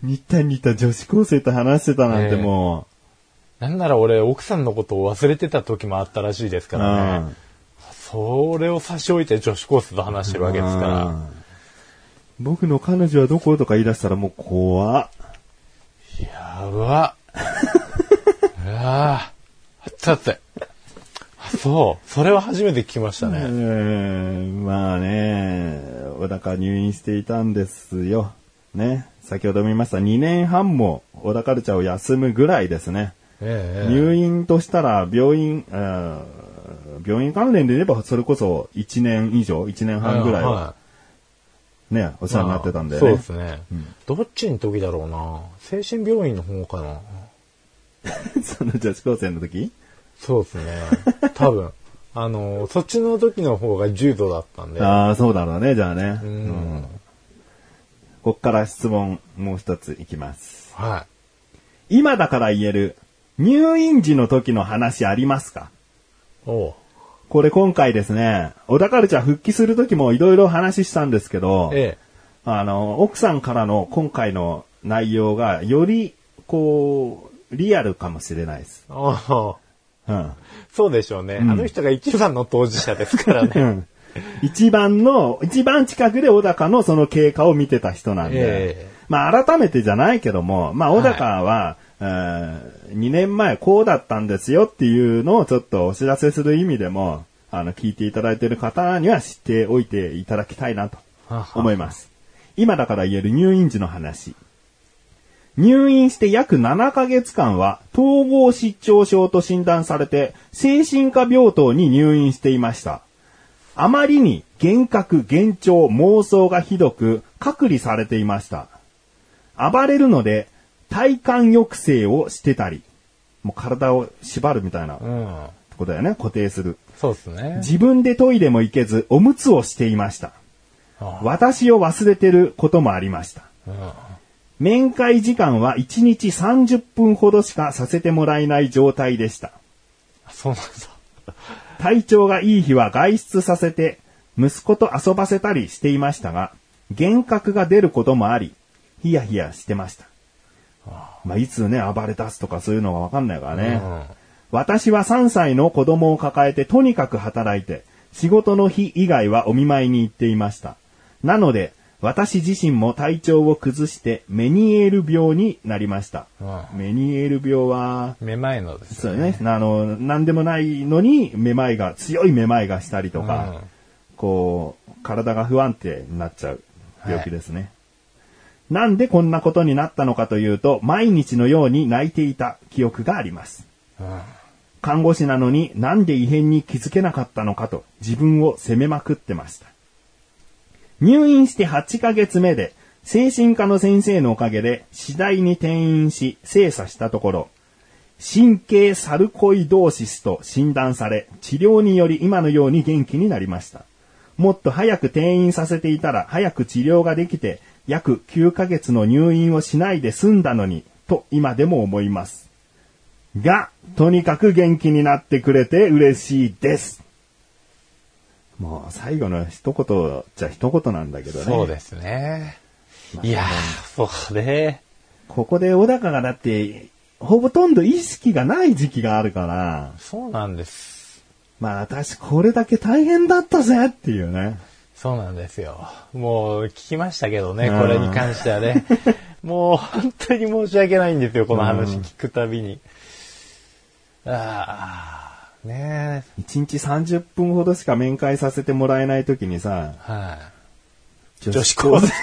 [SPEAKER 3] ニッタニッタ女子高生と話してたなんても
[SPEAKER 2] なんなら俺、奥さんのことを忘れてた時もあったらしいです
[SPEAKER 3] う、
[SPEAKER 2] からね。それを差し置いて女子高生と話してるわけですから。
[SPEAKER 3] うん僕の彼女はどことか言い出したらもう怖っ。
[SPEAKER 2] や ば。うわぁ。熱々。あそう。それは初めて聞きました
[SPEAKER 3] う
[SPEAKER 2] ね。
[SPEAKER 3] ーんまあね、小高入院していたんですよ。ね。先ほども言いました、2年半も小高ルチャーを休むぐらいですね。
[SPEAKER 2] ええ
[SPEAKER 3] 入院としたら、病院、あー病院関連で言えば、それこそ1年以上、1年半ぐらいは
[SPEAKER 2] は
[SPEAKER 3] ね、お世話になってたんだよ
[SPEAKER 2] そう
[SPEAKER 3] ね
[SPEAKER 2] で。すね。どっちの時だろうな。精神病院の方かな。
[SPEAKER 3] その女子高生の時
[SPEAKER 2] そうですね。 多分。あの、そっちの時の方が重度だったんで。
[SPEAKER 3] ああ、そうだろうね、じゃあね。
[SPEAKER 2] うん
[SPEAKER 3] うんこっから質問、もう一ついきます。
[SPEAKER 2] は
[SPEAKER 3] 今だから言える、入院時の時の話ありますか
[SPEAKER 2] い。おう
[SPEAKER 3] これ今回ですね、小田カルチャー復帰する時もいろいろ話したんですけど、
[SPEAKER 2] ええ。
[SPEAKER 3] あの、奥さんからの今回の内容が、より、こう、リアルかもしれないです。
[SPEAKER 2] あ
[SPEAKER 3] うん。
[SPEAKER 2] あそうでしょうね。あの人が一番の当事者ですから
[SPEAKER 3] う
[SPEAKER 2] ね。
[SPEAKER 3] ん。一番の、一番近くで小高のその経過を見てた人なんで、
[SPEAKER 2] ええ
[SPEAKER 3] まあ改めてじゃないけども、まあ小高は、2年前こうだったんですよっていうのをちょっとお知らせする意味でも、あの、聞いていただいている方には知っておいていただきたいなと思います。今だから言える入院時の話。入院して約7ヶ月間は統合失調症と診断されて精神科病棟に入院していました。あまりに幻覚、幻聴、妄想がひどく隔離されていました。暴れるので体幹抑制をしてたり、もう体を縛るみたいな
[SPEAKER 2] うん。
[SPEAKER 3] ことだよね、固定する。
[SPEAKER 2] そうですね。
[SPEAKER 3] 自分でトイレも行けずおむつをしていました。私を忘れてることもありました。
[SPEAKER 2] うん
[SPEAKER 3] 面会時間は1日30分ほどしかさせてもらえない状態でした。
[SPEAKER 2] そうなんだ。
[SPEAKER 3] 体調がいい日は外出させて、息子と遊ばせたりしていましたが、幻覚が出ることもあり、ヒヤヒヤしてました。まあ、いつね、暴れ出すとかそういうのがわかんないからね。私は3歳の子供を抱えてとにかく働いて、仕事の日以外はお見舞いに行っていました。なので、私自身も体調を崩してメニエール病になりました。
[SPEAKER 2] う
[SPEAKER 3] メニエール病は、
[SPEAKER 2] めまいのです
[SPEAKER 3] そうね、あの、なんでもないのに、めまいが、強いめまいがしたりとか、
[SPEAKER 2] うん
[SPEAKER 3] こう、体が不安定になっちゃう病気ですね。なんでこんなことになったのかというと、毎日のように泣いていた記憶があります。
[SPEAKER 2] うん
[SPEAKER 3] 看護師なのになんで異変に気づけなかったのかと自分を責めまくってました。入院して8ヶ月目で精神科の先生のおかげで次第に転院し精査したところ、神経サルコイドーシスと診断され治療により今のように元気になりました。もっと早く転院させていたら早く治療ができて約9ヶ月の入院をしないで済んだのにと今でも思います。が、とにかく元気になってくれて嬉しいです。もう最後の一言じゃ一言なんだけどね。
[SPEAKER 2] そうですね。いやー、そうね。
[SPEAKER 3] ここで小高がだって、ほとんど意識がない時期があるから、
[SPEAKER 2] そうなんです。
[SPEAKER 3] まあ私これだけ大変だったぜっていうね。
[SPEAKER 2] そうなんですよ。もう聞きましたけどね、これに関しては ね。もう本当に申し訳ないんですよ、この話聞くたびに。ああ、ねえ。
[SPEAKER 3] 1日30分ほどしか面会させてもらえない時にさ、
[SPEAKER 2] はい、
[SPEAKER 3] 女
[SPEAKER 2] 女子高生。
[SPEAKER 3] って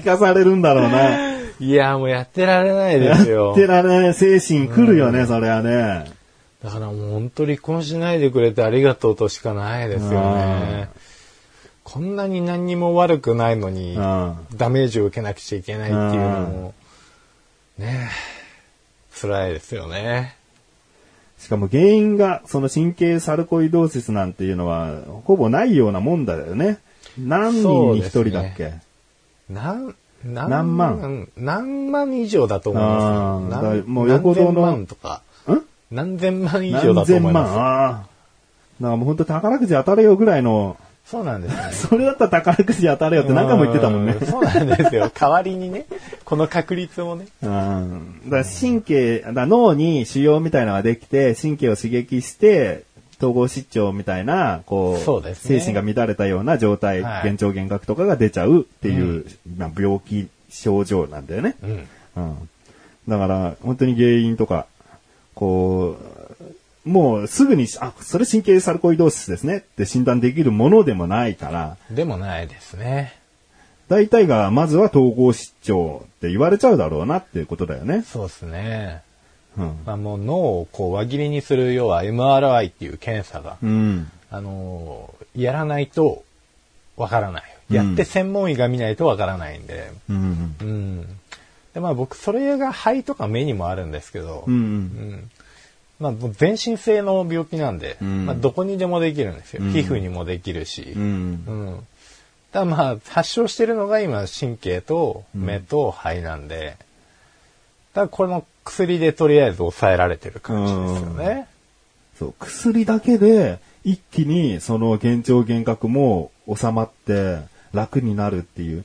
[SPEAKER 3] 聞かされるんだろうな。
[SPEAKER 2] いやーもうやってられないで
[SPEAKER 3] や
[SPEAKER 2] すよ
[SPEAKER 3] っ。てられない精神来るよね、それはね。
[SPEAKER 2] だからもう本当離婚しないでくれてありがとうとしかないですよね。こんなに何にも悪くないのに、
[SPEAKER 3] うん。
[SPEAKER 2] ダメージを受けなくちゃいけないっていうのも、ねえ、辛いですよね。
[SPEAKER 3] しかも原因がその神経サルコイドーシスなんていうのはほぼないようなもんだよね。何人に一人だっ
[SPEAKER 2] そう
[SPEAKER 3] け、
[SPEAKER 2] なん、なん
[SPEAKER 3] 何万
[SPEAKER 2] 何万以上だと思います
[SPEAKER 3] あー
[SPEAKER 2] よ。
[SPEAKER 3] だ
[SPEAKER 2] 何
[SPEAKER 3] もう横
[SPEAKER 2] 何
[SPEAKER 3] 道の
[SPEAKER 2] 千万とか。
[SPEAKER 3] ん
[SPEAKER 2] 何千万以上だ
[SPEAKER 3] 何
[SPEAKER 2] と思
[SPEAKER 3] 千
[SPEAKER 2] い
[SPEAKER 3] 万。
[SPEAKER 2] ます。
[SPEAKER 3] ああ。だからもう本当宝くじ当たれよぐらいの、
[SPEAKER 2] そうなんですね。
[SPEAKER 3] それだったら宝くじ当たれよって何回も言ってたもんね
[SPEAKER 2] う。そうなんですよ。代わりにね、この確率をね。
[SPEAKER 3] うん。だから神経、だから脳に腫瘍みたいなのができて、神経を刺激して、統合失調みたいな、こう、
[SPEAKER 2] そうですね
[SPEAKER 3] 精神が乱れたような状態、
[SPEAKER 2] はい
[SPEAKER 3] 幻聴幻覚とかが出ちゃうっていう、まあ病気症状なんだよね。
[SPEAKER 2] うん。
[SPEAKER 3] うん。だから、本当に原因とか、こう、もうすぐに、あ、それ神経サルコイドーシスですねって診断できるものでもないから、
[SPEAKER 2] でもないですね。
[SPEAKER 3] 大体が、まずは統合失調って言われちゃうだろうなっていうことだよね。
[SPEAKER 2] そうですね。
[SPEAKER 3] うん。
[SPEAKER 2] まあもう脳をこう輪切りにする、要は MRI っていう検査が、
[SPEAKER 3] うん。
[SPEAKER 2] あのーやらないとわからない。やって専門医が見ないとわからないんで。
[SPEAKER 3] うん。
[SPEAKER 2] うん。で、まあ僕、それが肺とか目にもあるんですけど、
[SPEAKER 3] うん。
[SPEAKER 2] うんまあもう全身性の病気なんで、
[SPEAKER 3] うん
[SPEAKER 2] まあどこにでもできるんですよ。皮膚にもできるし。
[SPEAKER 3] うん。
[SPEAKER 2] うん。ただまあ、発症してるのが今、神経と目と肺なんで、だからこれも薬でとりあえず抑えられてる感じですよね。
[SPEAKER 3] そう、薬だけで、一気にその幻聴幻覚も収まって楽になるっていう。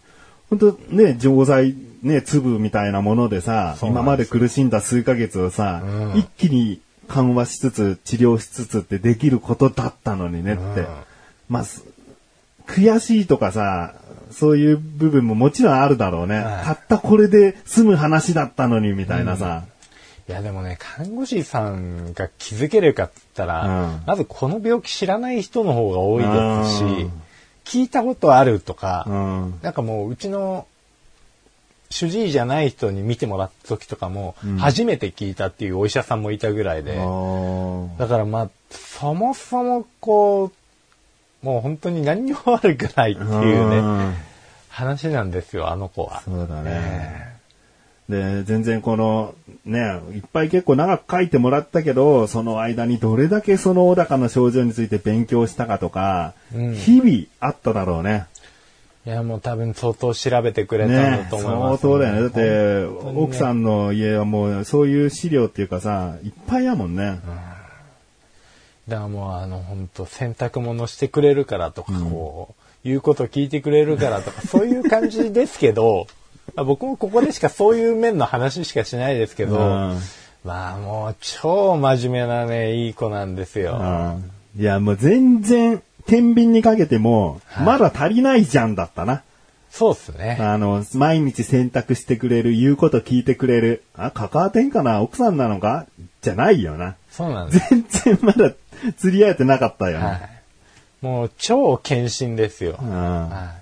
[SPEAKER 3] 本当ね、錠剤、ね、粒みたいなものでさ、
[SPEAKER 2] そうな
[SPEAKER 3] 今
[SPEAKER 2] ん
[SPEAKER 3] ま
[SPEAKER 2] で
[SPEAKER 3] です苦しんだ数ヶ月をさ、
[SPEAKER 2] うん
[SPEAKER 3] 一気に緩和しつつ、治療しつつってできることだったのにねって。
[SPEAKER 2] うん
[SPEAKER 3] まあ、す悔しいとかさ、そういう部分ももちろんあるだろうね。
[SPEAKER 2] はい
[SPEAKER 3] たったこれで済む話だったのにみたいなさ。
[SPEAKER 2] いやでもね、看護師さんが気づけるかって言ったら、
[SPEAKER 3] うん
[SPEAKER 2] まずこの病気知らない人の方が多いですし、
[SPEAKER 3] うん
[SPEAKER 2] 聞いたことあるとか、
[SPEAKER 3] うん
[SPEAKER 2] なんかもううちの主治医じゃない人に見てもらった時とかも、初めて聞いたっていうお医者さんもいたぐらいで、
[SPEAKER 3] あー
[SPEAKER 2] だからまあ、そもそもこう、もう本当に何にも悪くないっていうね、
[SPEAKER 3] ん
[SPEAKER 2] 話なんですよ、あの子は。
[SPEAKER 3] そうだね
[SPEAKER 2] え
[SPEAKER 3] で、全然この、ね、いっぱい結構長く書いてもらったけど、その間にどれだけその小高の症状について勉強したかとか、
[SPEAKER 2] うん
[SPEAKER 3] 日々あっただろうね。
[SPEAKER 2] えいや、もう多分相当調べてくれたん
[SPEAKER 3] ね
[SPEAKER 2] だ、と思いま
[SPEAKER 3] 相
[SPEAKER 2] す、
[SPEAKER 3] 当だよね。だって、
[SPEAKER 2] 当にね
[SPEAKER 3] 奥さんの家はもうそういう資料っていうかさ、いっぱいやもんね。
[SPEAKER 2] だからもうあの、本当洗濯物してくれるからとか、こう、言うこと聞いてくれるからとか、そういう感じですけ ど、まあ僕もここでしかそういう面の話しかしないですけど、
[SPEAKER 3] うん
[SPEAKER 2] まあもう超真面目なね、いい子なんですよ。
[SPEAKER 3] うんいや、もう全然天秤にかけても、まだ足りないじゃんだったな。
[SPEAKER 2] そうっすね。
[SPEAKER 3] あの、毎日選択してくれる、言うこと聞いてくれる。あ、関わってんかな奥さんなのかじゃないよな。
[SPEAKER 2] そうなん です。
[SPEAKER 3] 全然まだ釣り合えてなかったよね。
[SPEAKER 2] はい。もう超献身ですよ。
[SPEAKER 3] うん
[SPEAKER 2] はい。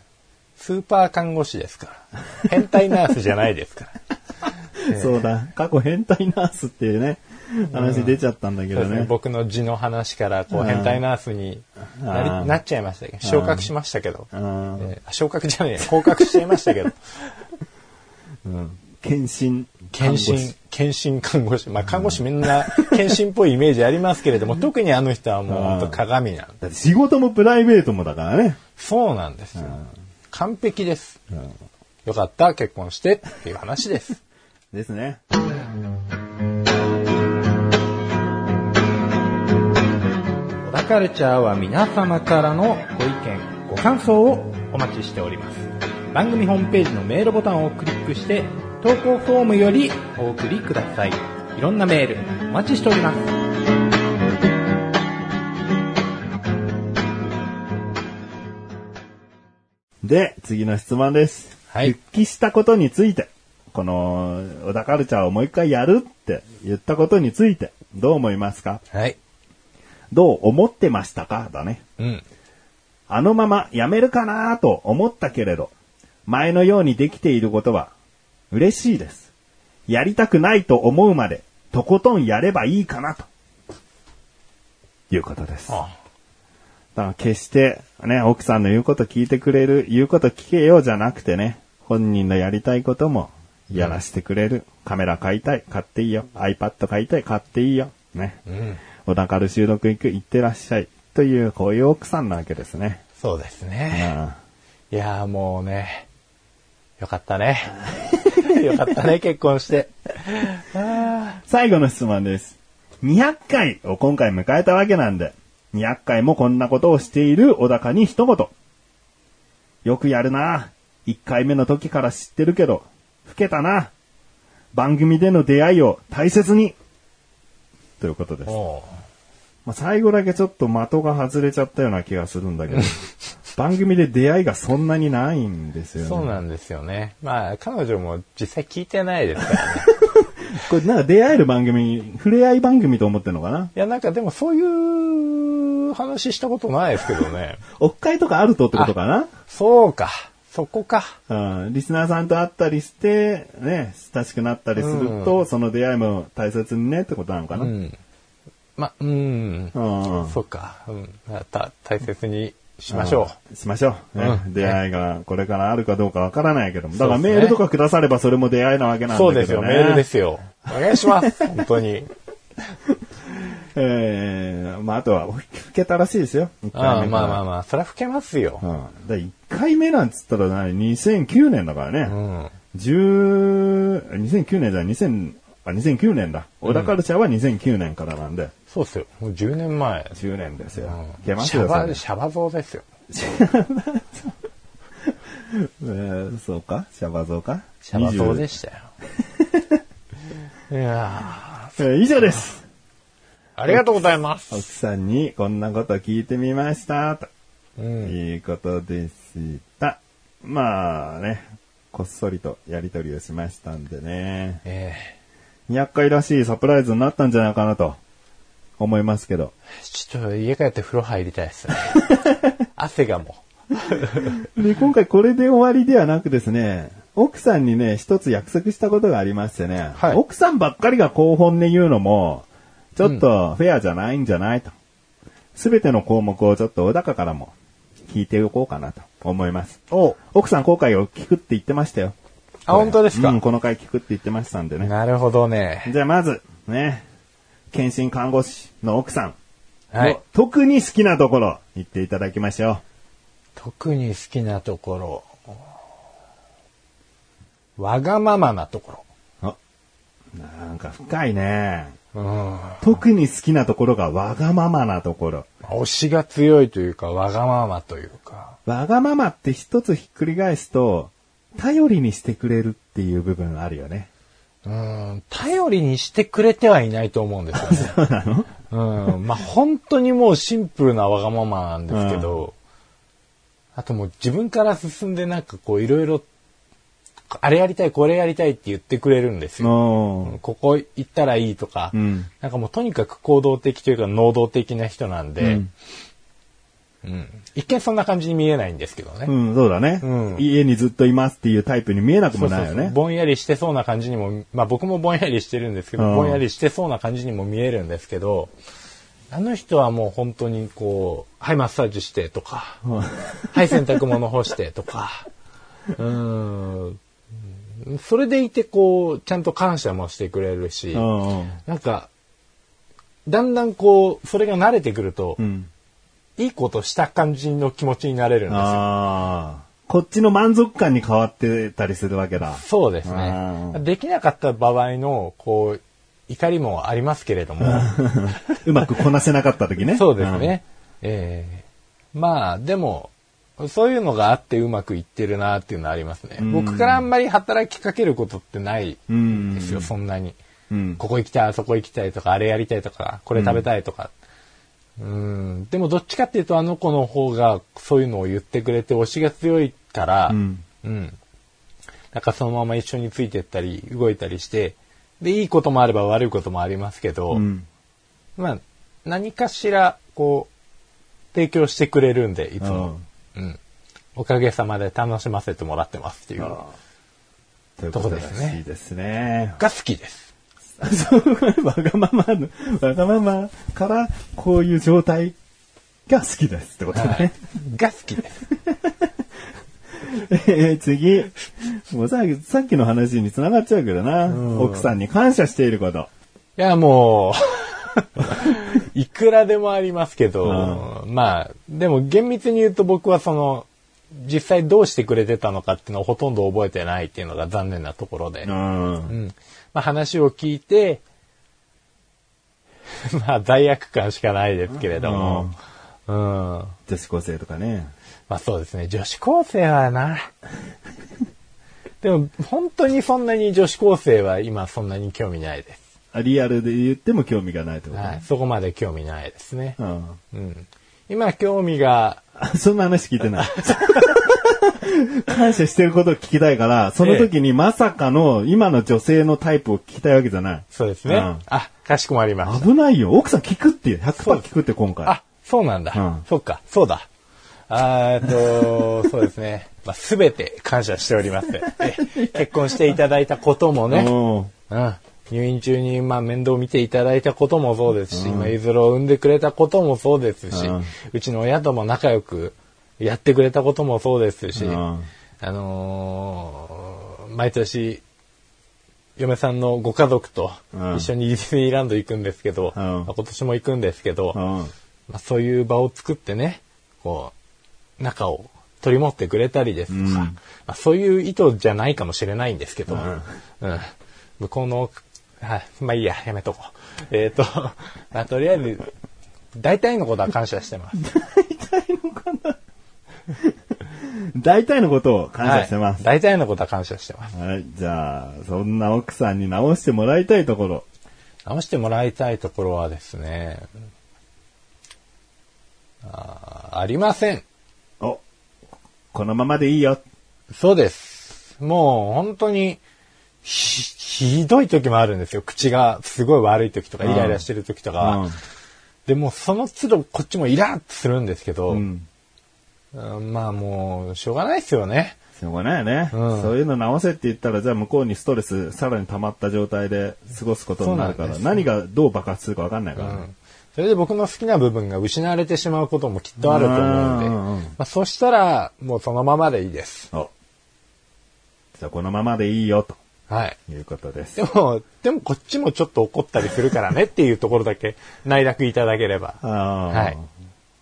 [SPEAKER 2] スーパー看護師ですから。変態ナースじゃないですから。
[SPEAKER 3] そうだ。過去変態ナースっていうね、話出ちゃったんだけ
[SPEAKER 2] そう
[SPEAKER 3] ど
[SPEAKER 2] ですね。
[SPEAKER 3] ね。
[SPEAKER 2] 僕の字の話から、こう、変態ナースにな
[SPEAKER 3] う
[SPEAKER 2] り
[SPEAKER 3] ん
[SPEAKER 2] なっちゃいましたけど、昇格しましたけど。え
[SPEAKER 3] ん
[SPEAKER 2] ー昇格じゃねえや、降格しちゃいました けど。
[SPEAKER 3] 献身。
[SPEAKER 2] 検診、検診看護師。まあ、看護師みんな、検診っぽいイメージありますけれども、特にあの人はもう本当鏡なんで。
[SPEAKER 3] だって仕事もプライベートもだからね。
[SPEAKER 2] そうなんですよ。完璧です。よかった、結婚してっていう話です。
[SPEAKER 3] ですね。
[SPEAKER 4] 小田カルチャーは皆様からのご意見、ご感想をお待ちしております。番組ホームページのメールボタンをクリックして、投稿フォームよりお送りください。いろんなメール、お待ちしております。
[SPEAKER 3] で、次の質問です。
[SPEAKER 2] はい
[SPEAKER 3] 復帰したことについて、この、小田カルチャーをもう一回やるって言ったことについて、どう思いますか
[SPEAKER 2] はい。
[SPEAKER 3] どう思ってましたかだね。
[SPEAKER 2] うん。
[SPEAKER 3] あのままやめるかなと思ったけれど、前のようにできていることは嬉しいです。やりたくないと思うまで、とことんやればいいかなと。いうことです。だか
[SPEAKER 2] あ
[SPEAKER 3] ら決して、ね、奥さんの言うこと聞いてくれる、言うこと聞けよじゃなくてね、本人のやりたいこともやらせてくれる。カメラ買いたい、買っていいよ。iPad 買いたい、買っていいよ。ね。
[SPEAKER 2] うん。
[SPEAKER 3] お宝収録行く、行ってらっしゃい。という、こういう奥さんなわけですね。
[SPEAKER 2] そうです
[SPEAKER 3] う
[SPEAKER 2] ね。
[SPEAKER 3] ん
[SPEAKER 2] いやーもうね、よかったね。 よかったね、結婚して。
[SPEAKER 3] 最後の質問です。200回を今回迎えたわけなんで、200回もこんなことをしている小高に一言。よくやるな。1回目の時から知ってるけど、老けたな。番組での出会いを大切に。ということです。
[SPEAKER 2] おう
[SPEAKER 3] まあ、最後だけちょっと的が外れちゃったような気がするんだけど、番組で出会いがそんなにないんですよね。
[SPEAKER 2] そうなんですよね。まあ、彼女も実際聞いてないです からね。
[SPEAKER 3] これなんか出会える番組、触れ合い番組と思ってるのかない
[SPEAKER 2] や、なんかでもそういう話したことないですけどね。
[SPEAKER 3] おっかいとかあるとってことかな
[SPEAKER 2] そうか。そこか。
[SPEAKER 3] うんリスナーさんと会ったりして、ね、親しくなったりすると、その出会いも大切にねってことなのかな。
[SPEAKER 2] う
[SPEAKER 3] うん。
[SPEAKER 2] ん。ま、うん。
[SPEAKER 3] うん
[SPEAKER 2] そうか。うん。た、大切にしましょ
[SPEAKER 3] うん。しましょう。ね
[SPEAKER 2] うん
[SPEAKER 3] 出会いがこれからあるかどうかわからないけども。だから
[SPEAKER 2] そうですね
[SPEAKER 3] メールとかくださればそれも出会いなわけ
[SPEAKER 2] う。
[SPEAKER 3] なんだけ
[SPEAKER 2] そ
[SPEAKER 3] ど
[SPEAKER 2] う
[SPEAKER 3] ね。
[SPEAKER 2] ですよ。メールで。すよ。お願いし ます。本当に。
[SPEAKER 3] えー、まああとは、老けたらしいですよ。1
[SPEAKER 2] あ
[SPEAKER 3] 回
[SPEAKER 2] あ
[SPEAKER 3] 目
[SPEAKER 2] まあまあ
[SPEAKER 3] あ
[SPEAKER 2] まあ、それは老けますよ。。
[SPEAKER 3] うん。1回目なんつったら何 ?2009 年だからね。
[SPEAKER 2] うん。
[SPEAKER 3] 10、2009年じゃない2000、あ、2009年だ。小田カルチャーは2009年からなんで。
[SPEAKER 2] そうっすよ。もう10年前。
[SPEAKER 3] 10年ですよ。
[SPEAKER 2] うん
[SPEAKER 3] いけます
[SPEAKER 2] シャ
[SPEAKER 3] よ、そ
[SPEAKER 2] バ、
[SPEAKER 3] れ
[SPEAKER 2] シャバ像ですよ。
[SPEAKER 3] えーそうかシャバ像か
[SPEAKER 2] シャバ像で
[SPEAKER 3] し
[SPEAKER 2] したよ。いや
[SPEAKER 3] た。えー以上です。
[SPEAKER 2] ーありがとうございます。
[SPEAKER 3] 奥さんにこんなこと聞いてみました、と
[SPEAKER 2] うん。
[SPEAKER 3] いうことでした。まあね、こっそりとやりとりをしましたんでね。
[SPEAKER 2] え
[SPEAKER 3] 200回らしいサプライズになったんじゃないかなと思いますけど。
[SPEAKER 2] ーちょっと家帰って風呂入りたい ですね。汗がも
[SPEAKER 3] で、今回これで終わりではなくですね、奥さんにね、一つ約束したことがありましてね、
[SPEAKER 2] はい
[SPEAKER 3] 奥さんばっかりが高本で言うのも、ちょっとフェアじゃないんじゃないと。すべての項目をちょっと小高からも聞いておこうかなと思います。
[SPEAKER 2] う。お
[SPEAKER 3] 奥さん今回を聞くって言ってましたよ。
[SPEAKER 2] あ、本当ですか、
[SPEAKER 3] うん、この回聞くって言ってましたんでね。
[SPEAKER 2] なるほどね。
[SPEAKER 3] じゃあまず、ね、検診看護師の奥さんの、
[SPEAKER 2] はい。
[SPEAKER 3] 特に好きなところ言っていただきましょ
[SPEAKER 2] 特に好きなところ。わがままなとこ
[SPEAKER 3] う。あなんか深いね。
[SPEAKER 2] ろ。うん。
[SPEAKER 3] 特に好きなところがわがままなところ。
[SPEAKER 2] 推しが強いというか、わがままというか。
[SPEAKER 3] わがままって一つひっくり返すと、頼りにしてくれるっていう部分あるよね。
[SPEAKER 2] うん。頼りにしてくれてはいないと思うんですよね。
[SPEAKER 3] そうなの
[SPEAKER 2] うん。まあ、本当にもうシンプルなわがままなんですけど、あともう自分から進んでなんかこういろいろ、あれやりたい、これやりたいって言ってくれるんですよ。
[SPEAKER 3] うん。
[SPEAKER 2] ここ行ったらいいとか、
[SPEAKER 3] うん
[SPEAKER 2] なんかもうとにかく行動的というか能動的な人なんで、うん。一見そんな感じに見えないんですけどね。
[SPEAKER 3] うん、そうだね、
[SPEAKER 2] うん
[SPEAKER 3] 家にずっといますっていうタイプに見えなくもないよね。
[SPEAKER 2] そうそうそうぼんやりしてそうな感じにも、まあ僕もぼんやりしてるんですけど、
[SPEAKER 3] うん
[SPEAKER 2] ぼんやりしてそうな感じにも見えるんですけど、あの人はもう本当にこう、はい、マッサージしてとか、はい、洗濯物干してと か、うーん。それでいてこう、ちゃんと感謝もしてくれるし、
[SPEAKER 3] うんうん
[SPEAKER 2] なんか、だんだんこう、それが慣れてくると、
[SPEAKER 3] うん。
[SPEAKER 2] いいことした感じの気持ちになれるんですよ。
[SPEAKER 3] ああ。こっちの満足感に変わってたりするわけだ。
[SPEAKER 2] そうです
[SPEAKER 3] う
[SPEAKER 2] ね。できなかった場合の、こう、怒りもありますけれども、
[SPEAKER 3] うまくこなせなかった時ね。
[SPEAKER 2] そうですね。ええまあ、でも、そういうのがあってうまくいってるなっていうのはありますね。僕からあんまり働きかけることってない
[SPEAKER 3] うん。うん。
[SPEAKER 2] ですよ、そんなに。
[SPEAKER 3] うん
[SPEAKER 2] ここ行きたい、あそこ行きたいとか、あれやりたいとか、これ食べたいとか。うん、でもどっちかっていうとあの子の方がそういうのを言ってくれて推しが強いから、
[SPEAKER 3] うん
[SPEAKER 2] うん。なんかそのまま一緒についてったり、動いたりして、で、いいこともあれば悪いこともありますけど、
[SPEAKER 3] うん。
[SPEAKER 2] まあ、何かしら、こう、提供してくれるんで、いつも。うん。おかげさまで楽しませてもらってますっていう。が
[SPEAKER 3] ということらしいですね。
[SPEAKER 2] 好きです。
[SPEAKER 3] そう、わがままの、わがままからこういう状態が好きですってこと
[SPEAKER 2] はい
[SPEAKER 3] ね。
[SPEAKER 2] が好きです。
[SPEAKER 3] えー次。もうささっきの話に繋がっちゃうけどな。奥さんに感謝していること。
[SPEAKER 2] いや、もう 、いくらでもありますけど、まあ、でも厳密に言うと僕はその、実際どうしてくれてたのかっていうのをほとんど覚えてないっていうのが残念なところで。
[SPEAKER 3] うん。
[SPEAKER 2] うんまあ、話を聞いて、 まあ、罪悪感しかないですけれども、うん。ま
[SPEAKER 3] 女子高生とかね。
[SPEAKER 2] あ、そうですね。女子高生はな、でも、本当にそんなに女子高生は今そんなに興味ないです。
[SPEAKER 3] あリアルで言っても興味がないってこと
[SPEAKER 2] はい。
[SPEAKER 3] ね。
[SPEAKER 2] そこまで興味ないですね。
[SPEAKER 3] うん。
[SPEAKER 2] うん。今、興味が、
[SPEAKER 3] あそんな話聞いてない。感謝してることを聞きたいから、その時にまさかの今の女性のタイプを聞きたいわけじゃない。
[SPEAKER 2] そうですね。
[SPEAKER 3] うん
[SPEAKER 2] あ、かしこまりました。
[SPEAKER 3] 危ないよ。奥さん聞くって、
[SPEAKER 2] そう
[SPEAKER 3] 100%
[SPEAKER 2] です
[SPEAKER 3] 聞くって今回。
[SPEAKER 2] あ、そうなんだ。
[SPEAKER 3] うん
[SPEAKER 2] そっか、そうだ。あーえっと、そうですね。まあ、すべて感謝しております。え結婚していただいたこともね、
[SPEAKER 3] うん
[SPEAKER 2] うん、入院中に、まあ、面倒見ていただいたこともそうですし、今、ゆずるを産んでくれたこともそうですし、
[SPEAKER 3] う
[SPEAKER 2] うんちの親とも仲良くやってくれたこともそうですし、
[SPEAKER 3] うん
[SPEAKER 2] あのー毎年、嫁さんのご家族と一緒にディズニーランド行くんですけど、
[SPEAKER 3] うん
[SPEAKER 2] まあ今年も行くんですけど、
[SPEAKER 3] うん。
[SPEAKER 2] まあ、そういう場を作ってね、こう、中を取り持ってくれたりですとか、
[SPEAKER 3] うん
[SPEAKER 2] まあ、そういう意図じゃないかもしれないんですけど、
[SPEAKER 3] ん
[SPEAKER 2] うん向こうの、あまあいいや、やめとこう。えっ、と、まあ、とりあえず、大体のことは感謝してます。
[SPEAKER 3] 大体のことを 感謝してます。
[SPEAKER 2] はい大体のことは感謝してます。
[SPEAKER 3] はい、じゃあ、そんな奥さんに直してもらいたいところ。
[SPEAKER 2] 直してもらいたいところはですね、あーありません。
[SPEAKER 3] お、このままでいいよ。
[SPEAKER 2] そうです。もう本当にひ、ひどい時もあるんですよ。口がすごい悪い時とか、
[SPEAKER 3] うん
[SPEAKER 2] イライラしてる時とかは。
[SPEAKER 3] うん
[SPEAKER 2] で、もうその都度こっちもイラッとするんですけど、
[SPEAKER 3] うん。
[SPEAKER 2] うんまあもう、しょうがないですよね。
[SPEAKER 3] しょうがないよね。
[SPEAKER 2] うん
[SPEAKER 3] そういうの直せって言ったら、じゃあ向こうにストレスさらに溜まった状態で過ごすことになるか
[SPEAKER 2] そう
[SPEAKER 3] ら、
[SPEAKER 2] なん
[SPEAKER 3] 何がどう爆発するかわかんないからね。
[SPEAKER 2] それで僕の好きな部分が失われてしまうこともきっとあると思うんで、
[SPEAKER 3] うんうんうん
[SPEAKER 2] まあ、そしたら、もうそのままでいいです。
[SPEAKER 3] おじゃあこのままでいいよ、と
[SPEAKER 2] はい。
[SPEAKER 3] いうことです
[SPEAKER 2] で。も、でもこっちもちょっと怒ったりするからねっていうところだけ内諾いただければ、は。
[SPEAKER 3] はい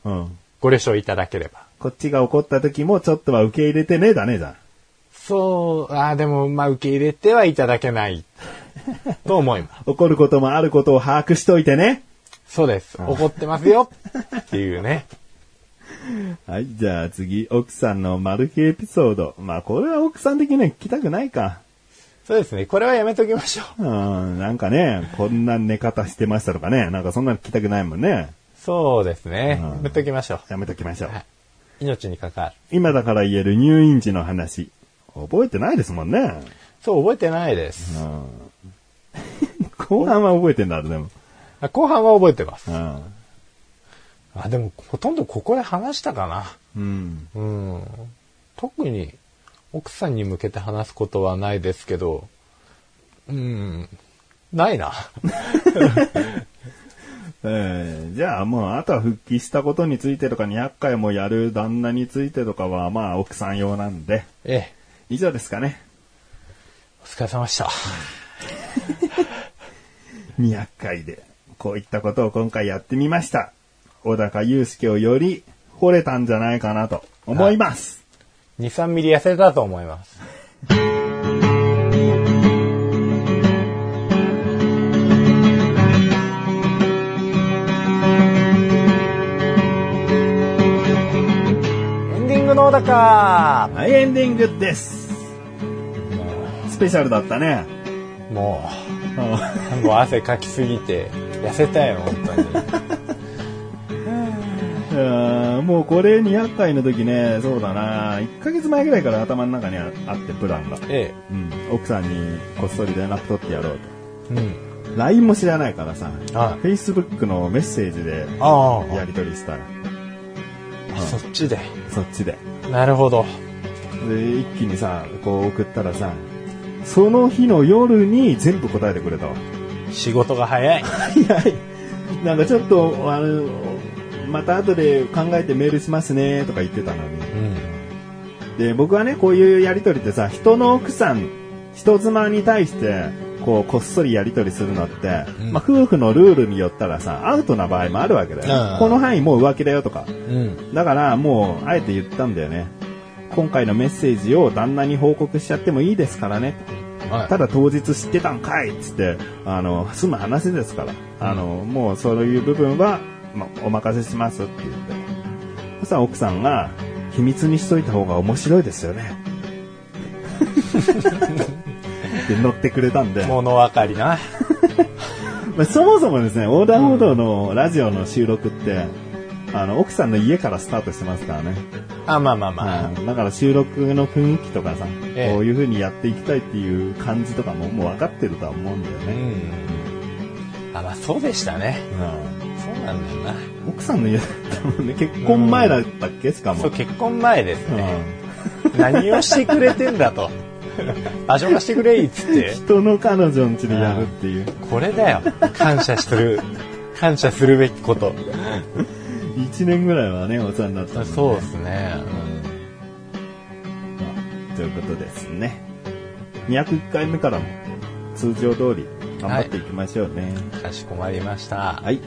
[SPEAKER 3] うん。
[SPEAKER 2] ご了承いただければ。
[SPEAKER 3] こっちが怒った時もちょっとは受け入れてね、だね、じゃん。
[SPEAKER 2] そう、ああ、でも、まあ、受け入れてはいただけない。 と思います。
[SPEAKER 3] 怒ることもあることを把握しといてね。
[SPEAKER 2] そうです。怒ってますよ。 っていうね。
[SPEAKER 3] はい、じゃあ次、奥さんのマル秘エピソード。まあ、これは奥さん的には聞きたくないか。
[SPEAKER 2] そうですね。これはやめときましょう。
[SPEAKER 3] うん、なんかね、こんな寝方してましたとかね、なんかそんなの聞きたくないもんね。
[SPEAKER 2] そうですね。
[SPEAKER 3] うん
[SPEAKER 2] やめときましょう。
[SPEAKER 3] やめときましょう。
[SPEAKER 2] はい命に関わる。
[SPEAKER 3] 今だから言える入院時の話。覚えてないですもんね。
[SPEAKER 2] そう、覚えてないです。
[SPEAKER 3] 後半は覚えてんだろ、でも。
[SPEAKER 2] あ後半は覚えてます
[SPEAKER 3] う。ん。
[SPEAKER 2] あ、でも、ほとんどここで話したかな。
[SPEAKER 3] うん。
[SPEAKER 2] うん。特に、奥さんに向けて話すことはないですけど、うん、ないな。
[SPEAKER 3] えーじゃあもう、あとは復帰したことについてとか、200回もやる旦那についてとかは、まあ、奥さん用なんで、
[SPEAKER 2] ええ、
[SPEAKER 3] 以上ですかね。
[SPEAKER 2] お疲れ様でした。
[SPEAKER 3] 200回で、こういったことを今回やってみました。小高祐介をより惚れたんじゃないかなと思います。
[SPEAKER 2] 2、3ミリ痩せたと思います。エンディングの小高
[SPEAKER 3] はい、エンディングです。スペシャルだったね。
[SPEAKER 2] も
[SPEAKER 3] あ
[SPEAKER 2] う、もう汗かきすぎて、痩せたよ、本当に。
[SPEAKER 3] ーもうこれ200回の時ね、そうだな、1ヶ月前ぐらいから頭の中にああって、プランが。
[SPEAKER 2] え
[SPEAKER 3] うん、奥さんにこっそり連絡取ってやろうと。
[SPEAKER 2] え。うん。
[SPEAKER 3] LINE も知らないからさ、
[SPEAKER 2] あ
[SPEAKER 3] Facebook のメッセージで
[SPEAKER 2] あ
[SPEAKER 3] やり取りしたら、
[SPEAKER 2] あ、そっちで。
[SPEAKER 3] そっちで。
[SPEAKER 2] なるほど。
[SPEAKER 3] で、一気にさ、こう送ったらさ、その日の夜に全部答えてくれたわ。
[SPEAKER 2] 仕事が早い。
[SPEAKER 3] はい。なんかちょっと、あの、また後で考えてメールしますねとか言ってたのに。
[SPEAKER 2] うん。
[SPEAKER 3] で、僕はね、こういうやりとりってさ、人の奥さん、人妻に対して、こう、こっそりやりとりするのって、
[SPEAKER 2] うん
[SPEAKER 3] まあ、夫婦のルールによったらさ、アウトな場合もあるわけだよ、
[SPEAKER 2] うん
[SPEAKER 3] この範囲もう浮気だよとか。
[SPEAKER 2] うん。
[SPEAKER 3] だから、もう、あえて言ったんだよね。今回のメッセージを旦那に報告しちゃってもいいですからね。
[SPEAKER 2] はい
[SPEAKER 3] ただ当日知ってたんかいっつって、あの、済む話ですから。あの、もうそういう部分は、まあ、お任せしますって言って。そしたら奥さんが、秘密にしといた方が面白いですよね。 で乗ってくれたんで。
[SPEAKER 2] 物分かりな。
[SPEAKER 3] まあそもそもですね、横断歩道のラジオの収録って、あの、奥さんの家からスタートしてますからね。
[SPEAKER 2] あ、まあまあまあ。
[SPEAKER 3] うんだから収録の雰囲気とかさ、
[SPEAKER 2] ええ
[SPEAKER 3] こういう風にやっていきたいっていう感じとかももう分かってるとは思うんだよ
[SPEAKER 2] う
[SPEAKER 3] ね。
[SPEAKER 2] ん。あ、まあそうでしたね。
[SPEAKER 3] うん
[SPEAKER 2] そうなんだよな。
[SPEAKER 3] 奥さんの家だったもんね。結婚前だったっけしかも。
[SPEAKER 2] そう、結婚前です
[SPEAKER 3] うん
[SPEAKER 2] ね。何をしてくれてんだ と。場所貸してくれいっつって。
[SPEAKER 3] 人の彼女ん家でやるっていう。
[SPEAKER 2] これだよ。感謝する。感謝するべきこと。
[SPEAKER 3] 一年ぐらいはね、お世話になったもんね
[SPEAKER 2] そうですね。
[SPEAKER 3] まあということですね。201回目からも通常通り頑張っていきましょうね。
[SPEAKER 2] かしこまりました。
[SPEAKER 3] はい。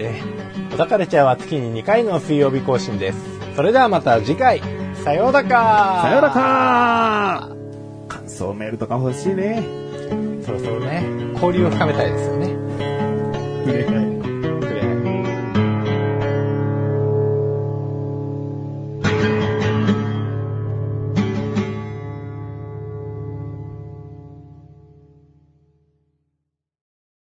[SPEAKER 2] えー、小高レチャーは月に2回の水曜日更新です。それではまた次回、さようだか
[SPEAKER 3] さよならか感想メールとか欲しいね。
[SPEAKER 2] そろそろね、交流を深めたいですよね。
[SPEAKER 3] 触れ合い